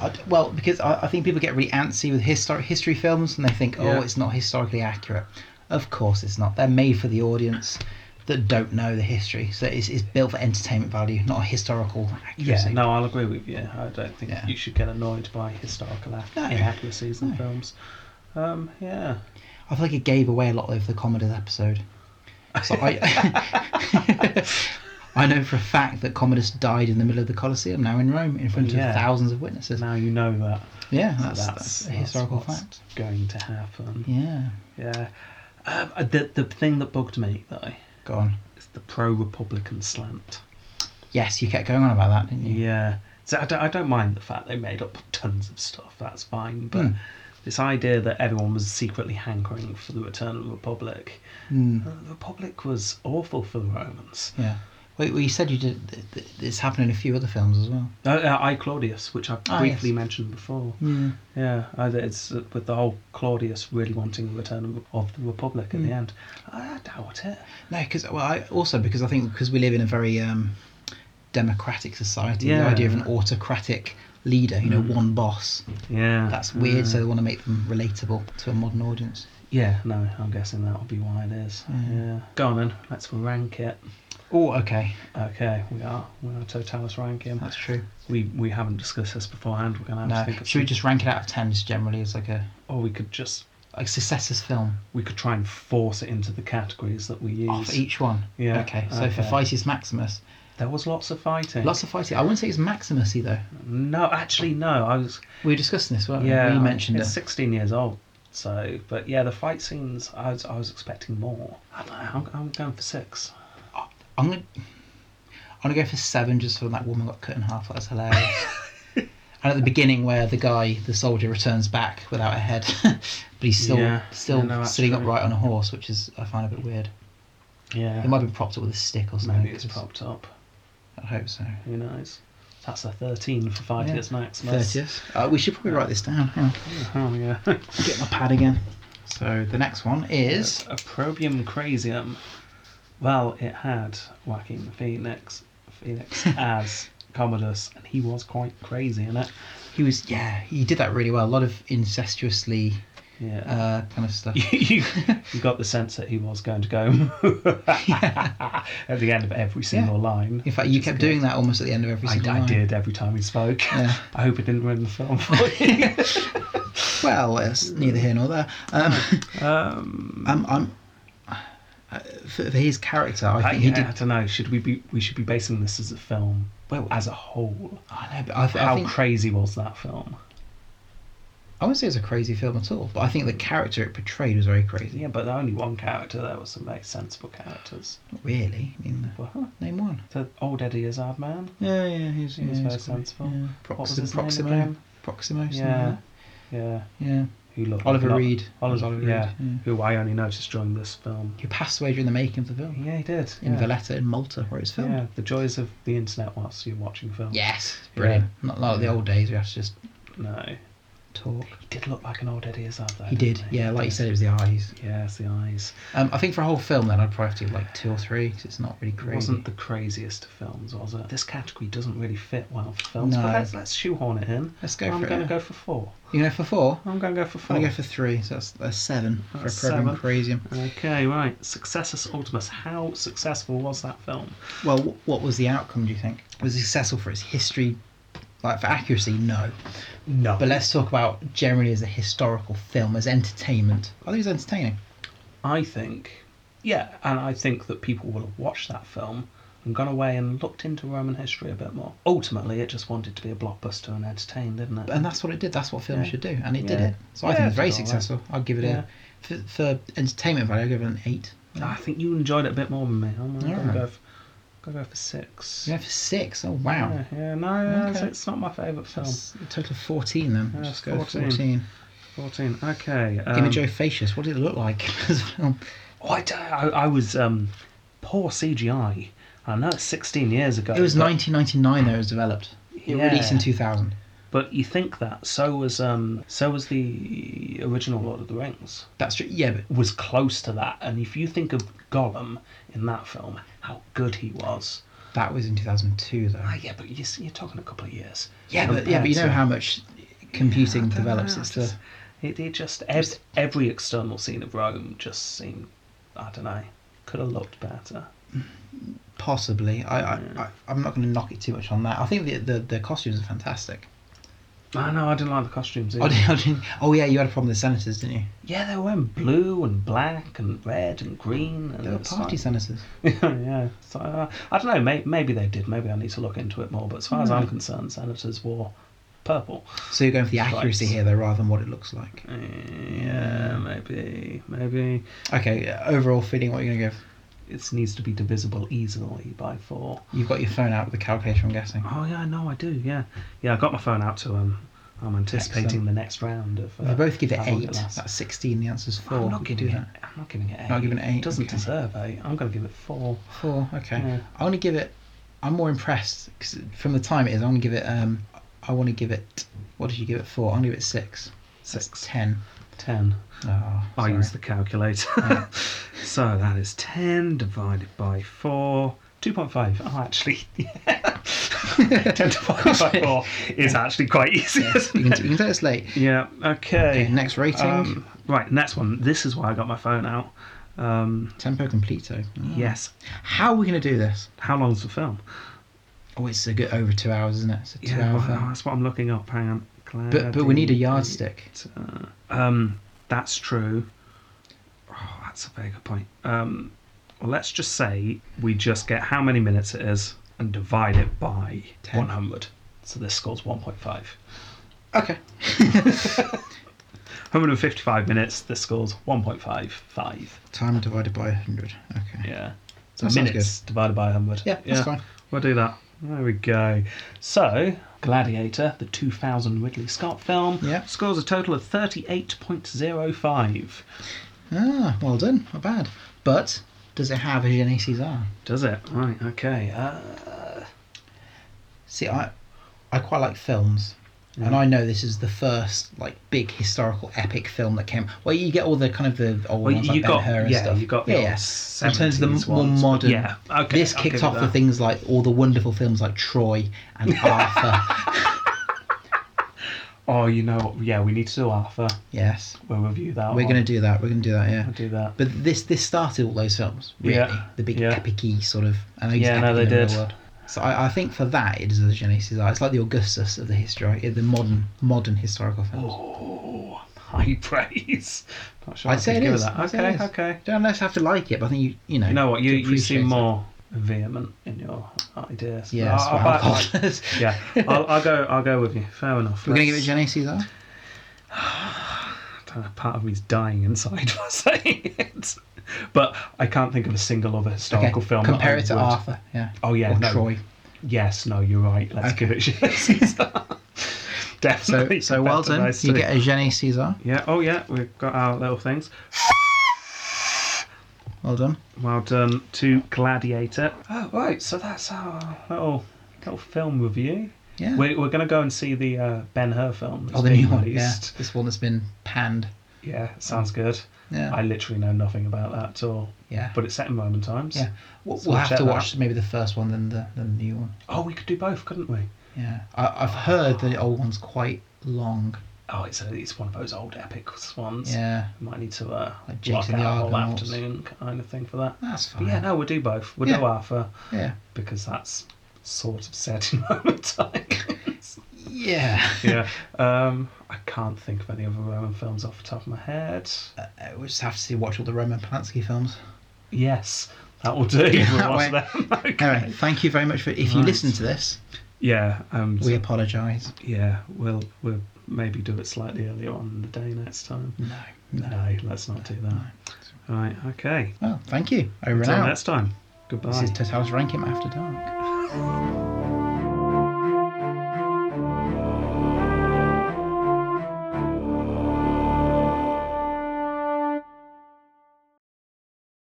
S2: I d well, because I, I think people get really antsy with historic history films and they think, oh,
S3: Yeah.
S2: it's not historically accurate. Of course, it's not. They're made for the audience that don't know the history, so it's, it's built for entertainment value, not historical accuracy.
S3: Yeah, no, I'll agree with you. I don't think
S2: Yeah.
S3: you should get annoyed by historical ac-
S2: No.
S3: inaccuracies in
S2: No.
S3: films. Um, yeah.
S2: I feel like it gave away a lot of the Commodus episode. So *laughs* I, I know for a fact that Commodus died in the middle of the Colosseum, now in Rome, in front
S3: Yeah.
S2: of thousands of witnesses.
S3: Now you know that.
S2: Yeah,
S3: So
S2: that's, Hmm. that's, a historical
S3: what's
S2: fact.
S3: going to happen.
S2: Yeah,
S3: Yeah. Um, uh, the, the thing that bugged me, though,
S2: go on.
S3: is the pro Republican slant.
S2: Yes, you kept going on about that, didn't you?
S3: Yeah. So I don't, I don't mind the fact they made up tons of stuff, that's fine. But
S2: Hmm.
S3: this idea that everyone was secretly hankering for the return of the Republic,
S2: Mm,
S3: uh, the Republic was awful for the Romans.
S2: yeah. Wait, well, you said you did. th- th- It's happened in a few other films as well.
S3: Uh, uh, I Claudius, which I've
S2: Ah,
S3: briefly
S2: yes.
S3: mentioned before.
S2: Yeah.
S3: Yeah, I, it's uh, with the whole Claudius really wanting the return of, of the Republic
S2: Hmm.
S3: at the end. I doubt it.
S2: No, because well, I, also because I think because we live in a very um, democratic society,
S3: Yeah.
S2: the idea of an autocratic leader, you know, one boss,
S3: Yeah.
S2: That's weird,
S3: Uh,
S2: so they want to make them relatable to a modern audience.
S3: yeah, no, I'm guessing that'll be why it is. Yeah. Go on then, let's rank it.
S2: Oh, okay,
S3: Okay, we are. We are Totalis ranking.
S2: that's true.
S3: We we haven't discussed this beforehand. We're gonna have
S2: No,
S3: to think of
S2: should we
S3: some-
S2: just rank it out of ten? Just generally, as like a
S3: or we could just
S2: like successes film
S3: we could try and force it into the categories that we use.
S2: off each one.
S3: Yeah,
S2: Okay, so for
S3: okay.
S2: Phytius Maximus,
S3: There was lots of fighting.
S2: lots of Phytius. I wouldn't say it's Maximusy though.
S3: No, actually, no. I was
S2: We were discussing this, weren't we?
S3: yeah.
S2: we
S3: I-
S2: mentioned
S3: it's
S2: it.
S3: 16 years old. So, but yeah, the fight scenes. I was I was expecting more. I don't know. I'm, I'm going for six.
S2: I'm gonna. I'm gonna go for seven just for that woman got cut in half. That's hilarious.
S3: *laughs*
S2: and at the beginning, where the guy, the soldier, returns back without a head, *laughs* but he's still
S3: Yeah,
S2: still
S3: yeah, no, that's
S2: sitting
S3: true.
S2: upright on a horse, which is I find a bit weird.
S3: Yeah.
S2: It might be propped up with a stick or something.
S3: Maybe it's
S2: 'cause
S3: propped up.
S2: I hope so.
S3: Who knows? That's a 13 for five
S2: Yeah.
S3: hits max. That's-
S2: Thirtieth. Uh, we should probably write this down. Hang on.
S3: Oh, yeah. *laughs*
S2: Get my pad again. So the next one is
S3: Opprobrium Crazium. Well, it had Joaquin Phoenix,
S2: *laughs*
S3: Phoenix as Commodus, and he was quite crazy in it.
S2: he was yeah he did that really well. A lot of incestuously
S3: Yeah.
S2: uh, kind of stuff.
S3: *laughs* you, you got the sense that he was going to go *laughs* at the end of every single line.
S2: In fact, you
S3: which is
S2: kept
S3: good.
S2: doing that almost at the end of every single
S3: I, I
S2: line.
S3: did every time he spoke.
S2: Yeah.
S3: *laughs* I hope it didn't ruin the film for
S2: *laughs*
S3: you.
S2: Well, it's neither here nor there. Um, *laughs*
S3: um,
S2: I'm, I'm uh, for, for his character, I
S3: I,
S2: think he
S3: yeah, I
S2: did.
S3: don't know. Should we be? We should be basing this as a film, well, as a whole.
S2: I know, but I, th- I
S3: How
S2: think
S3: crazy was that film?
S2: I wouldn't say it's a crazy film at all, but I think the character it portrayed was very crazy.
S3: Yeah, but only one character. There was some very sensible characters.
S2: Not really. I mean,
S3: Well,
S2: name one.
S3: the old Eddie Izzard man.
S2: Yeah, yeah, he's,
S3: He was very sensible.
S2: Proxi-
S3: What was his name
S2: Proximo.
S3: again?
S2: Proximo. something
S3: Yeah,
S2: like
S3: yeah.
S2: that. Yeah.
S3: Who looked like
S2: Oliver
S3: an-
S2: Reed.
S3: Oliver,
S2: Oliver Reed,
S3: yeah,
S2: yeah.
S3: Who I only noticed during this film.
S2: Who passed away during the making of the film
S3: Yeah, he did.
S2: in
S3: yeah.
S2: Valletta in Malta, where it's filmed.
S3: Yeah, the joys of the internet whilst you're watching films.
S2: Yes, brilliant. Not like the
S3: Yeah.
S2: old days. We have to just
S3: No.
S2: talk.
S3: He did look like an old Eddie Izzard though.
S2: He
S3: didn't
S2: did. Yeah, like you said, it was the eyes.
S3: Yeah, it's the eyes.
S2: Um, I think for a whole film, then I'd probably have to give like two or three because it's not really
S3: It
S2: crazy.
S3: wasn't the craziest of films, was it? This category doesn't really fit well for films,
S2: No.
S3: but let's, let's shoehorn it in.
S2: Let's go
S3: I'm
S2: for
S3: going
S2: it.
S3: to go for four.
S2: You know, for four,
S3: I'm going to go for
S2: I'm
S3: four.
S2: gonna go for three. So that's, that's seven
S3: That's
S2: for a program
S3: seven.
S2: crazy.
S3: Okay, right. Successus Ultimus. How successful was that film?
S2: Well, wh- what was the outcome? Do you think was it successful for its history? Like for accuracy, no.
S3: No.
S2: But let's talk about generally as a historical film, as entertainment. I think it was entertaining.
S3: I think, yeah, and I think that people will have watched that film and gone away and looked into Roman history a bit more. Ultimately, it just wanted to be a blockbuster and entertain, didn't it?
S2: And that's what it did. That's what films
S3: Yeah.
S2: should do, and it did
S3: Yeah.
S2: it. So I
S3: Yeah,
S2: think
S3: it
S2: it's very
S3: did all right.
S2: successful. I'll give it
S3: Yeah.
S2: a for, for entertainment value. I'll give it an eight.
S3: I think you enjoyed it a bit more than me. I'm going
S2: Alright.
S3: to go, for- gonna go for six.
S2: Yeah, for six. Oh wow.
S3: Yeah, yeah, no, yeah, it's-
S2: Okay.
S3: it's not my favourite film.
S2: That's a total of 14 then.
S3: Yeah,
S2: Just go 14.
S3: 14. 14. Okay. Um,
S2: Imagofacius, what did it look like? *laughs* as well?
S3: Oh, I, d- I- I was um, poor CGI. I know it's 16 years ago.
S2: it was
S3: but-
S2: 1999 though it was developed. It
S3: Yeah.
S2: released in 2000.
S3: But you think that so was um, so was the original Lord of the Rings.
S2: That's true. Yeah, but
S3: was close to that. And if you think of Gollum in that film, how good he was.
S2: that was in 2002 though.
S3: Ah, yeah, but you're, you're talking a couple of years.
S2: Yeah, but, yeah,
S3: compared
S2: but you know
S3: to-
S2: how much computing
S3: I don't
S2: develops.
S3: know,
S2: It's
S3: Ah, just-
S2: the,
S3: It, it just every, every external scene of Rome just seemed, I don't know, could have looked better.
S2: possibly. I, I,
S3: Yeah.
S2: I, I'm not going to knock it too much on that. I think the, the, the costumes are fantastic. *laughs*
S3: I know I didn't like the costumes.
S2: Oh,
S3: Either.
S2: did- oh, did- oh, yeah, you had a problem with the senators, didn't you?
S3: Yeah, they were in blue and black and red and green. And
S2: They were
S3: it's
S2: party
S3: like-
S2: senators.
S3: *laughs* yeah, so uh, I don't know. May, maybe they did. Maybe I need to look into it more. But as far as
S2: Hmm.
S3: I'm concerned, senators wore purple.
S2: So you're going for the accuracy
S3: Stripes.
S2: here though, rather than what it looks like.
S3: Yeah, maybe, maybe
S2: Okay, uh, overall feeling, what are you going to give?
S3: it needs to be divisible easily by four.
S2: You've got your phone out with a calculator, I'm guessing.
S3: Oh yeah, no, I do. Yeah, yeah, I got my phone out to um, I'm anticipating
S2: Excellent.
S3: the next round of.
S2: They both give it
S3: Have a look
S2: eight.
S3: at that.
S2: That's sixteen. The answer's four.
S3: I'm not
S2: We
S3: giving
S2: do
S3: it.
S2: that.
S3: I'm not giving it eight.
S2: Not giving it eight,
S3: It doesn't
S2: okay.
S3: deserve eight. I'm gonna give it four.
S2: Four. Okay.
S3: Yeah.
S2: I want to give it. I'm more impressed 'cause from the time it is. I want to give it. Um, I want to give it. What did you give it for? I'm gonna give it six. So it's
S3: Six.
S2: ten.
S3: Ten.
S2: Oh,
S3: I
S2: sorry.
S3: use the calculator.
S2: Yeah.
S3: *laughs* so that is ten divided by four. Two point five. Oh, actually, *laughs* ten divided
S2: *laughs*
S3: by four is actually quite easy. isn't
S2: you, *laughs* can, you can tell it's late.
S3: Yeah. Okay.
S2: Okay, next rating.
S3: Um, right. Next one. This is why I got my phone out. Um,
S2: Tempo completo. Mm.
S3: Yes.
S2: How are we gonna do this?
S3: How long's the film?
S2: Oh, it's a good over two hours, isn't it? It's a two
S3: Yeah.
S2: hour
S3: well,
S2: film.
S3: that's what I'm looking up. Hang on.
S2: But but we need a yardstick.
S3: Gladiator. Um, that's true. Oh, that's a very good point. Um, well, let's just say we just get how many minutes it is and divide it by
S2: Ten.
S3: 100. So this scores 1.5.
S2: Okay.
S3: 155 minutes. This scores 1.55.
S2: Time divided by hundred. Okay.
S3: Yeah.
S2: That sounds
S3: minutes divided by 100.
S2: Yeah, that's fine.
S3: We'll do that. There we go. So, Gladiator, the 2000 Ridley Scott film,
S2: Yeah.
S3: scores a total of 38.05.
S2: Ah, well done. Not bad. But does it have a Je ne sais pas?
S3: Does it? Right, okay. Uh,
S2: See, I, I quite like films,
S3: Mm.
S2: and I know this is the first like big historical epic film that came. Well, you get all the kind of the old
S3: well,
S2: ones
S3: you,
S2: like
S3: got,
S2: Ben-Hur and
S3: yeah,
S2: stuff.
S3: you got,
S2: yeah,
S3: the
S2: yeah.
S3: old
S2: In terms of the
S3: 70s
S2: more
S3: ones, but
S2: modern,
S3: yeah, okay,
S2: this
S3: I'll
S2: kicked
S3: give
S2: off
S3: you
S2: with
S3: that.
S2: things like all the wonderful films like Troy and
S3: *laughs*
S2: Arthur.
S3: Oh, you know, what? yeah, we need to do Arthur.
S2: Yes,
S3: We'll review that.
S2: we're
S3: one.
S2: gonna do that. We're gonna do that. Yeah.
S3: We'll do that.
S2: But this this started all those films, really.
S3: Yeah,
S2: The big
S3: yeah.
S2: epicy sort of. I know you
S3: Yeah,
S2: said
S3: no,
S2: epic
S3: they
S2: in the real
S3: did.
S2: world. So I, I think for that it is the Genesis Eye. It's like the Augustus of the history, the modern modern historical films.
S3: Oh, *laughs* high praise. Not sure
S2: I'd say
S3: could
S2: it
S3: give
S2: is.
S3: That.
S2: I'd say
S3: Okay,
S2: it is.
S3: okay.
S2: Don't necessarily have to like it, but I think you you know.
S3: You know what? You,
S2: to
S3: you
S2: appreciate
S3: seem
S2: it.
S3: more vehement in your ideas.
S2: Yeah, that's
S3: I'll-
S2: what
S3: I'll
S2: I'm
S3: back-
S2: called.
S3: *laughs* yeah, I'll, I'll go. I'll go with you. Fair enough.
S2: We're gonna give it
S3: Let's-
S2: Genesis Eye.
S3: Don't know, Part of me's dying inside *laughs* for saying it, but I can't think of a single other
S2: Okay.
S3: historical film. that
S2: Compare
S3: I
S2: it to
S3: would-
S2: Arthur. Yeah.
S3: Oh yeah,
S2: or
S3: no. *laughs*
S2: Troy.
S3: Yes, no, you're right. Let's give it *laughs* Genesisa.
S2: *laughs* So
S3: Definitely.
S2: so well
S3: compared to
S2: done.
S3: those
S2: You
S3: two.
S2: get a Genesis Eye.
S3: Yeah. Oh yeah, we've got our little things.
S2: Well done.
S3: Well done to Gladiator. Oh right, so that's our little little film review.
S2: Yeah.
S3: We're, we're going to go and see the uh, Ben Hur film. that's
S2: Oh, the
S3: being
S2: new one. Yeah.
S3: released.
S2: This one that's been panned.
S3: Yeah. sounds good.
S2: Yeah.
S3: I literally know nothing about that at all,
S2: yeah.
S3: but it's set in Roman times.
S2: Yeah, we'll,
S3: So
S2: we'll
S3: we'll
S2: have
S3: check
S2: to
S3: that
S2: watch maybe the first one, then the then the new one.
S3: Oh, we could do both, couldn't we?
S2: Yeah, I, I've heard the old one's quite long.
S3: Oh, it's a, it's one of those old epic ones.
S2: Yeah,
S3: We might need to uh,
S2: Like
S3: block
S2: Jason
S3: out
S2: the
S3: a whole
S2: Argonauts.
S3: afternoon kind of thing for that.
S2: that's
S3: But
S2: fine.
S3: yeah, no, we'll do both. We'll
S2: Yeah.
S3: do Arthur
S2: yeah,
S3: because that's sort of set in *laughs* Roman times.
S2: yeah.
S3: yeah. *laughs* Um, I can't think of any other Roman films off the top of my head.
S2: Uh, we'll just have to see watch all the Roman Polanski films.
S3: Yes, that will do.
S2: *laughs* Yeah,
S3: We'll
S2: that
S3: watch them. *laughs*
S2: Anyway,
S3: okay.
S2: thank you very much for. If you
S3: Right.
S2: listen to this,
S3: Yeah. Um,
S2: we apologise.
S3: yeah. We'll we'll maybe do it slightly earlier on in the day next time.
S2: No,
S3: No,
S2: no.
S3: let's not do that. Right. Okay.
S2: Well, thank you. Over and
S3: Till
S2: out.
S3: next time. Goodbye.
S2: This is Totalis Rankin After Dark.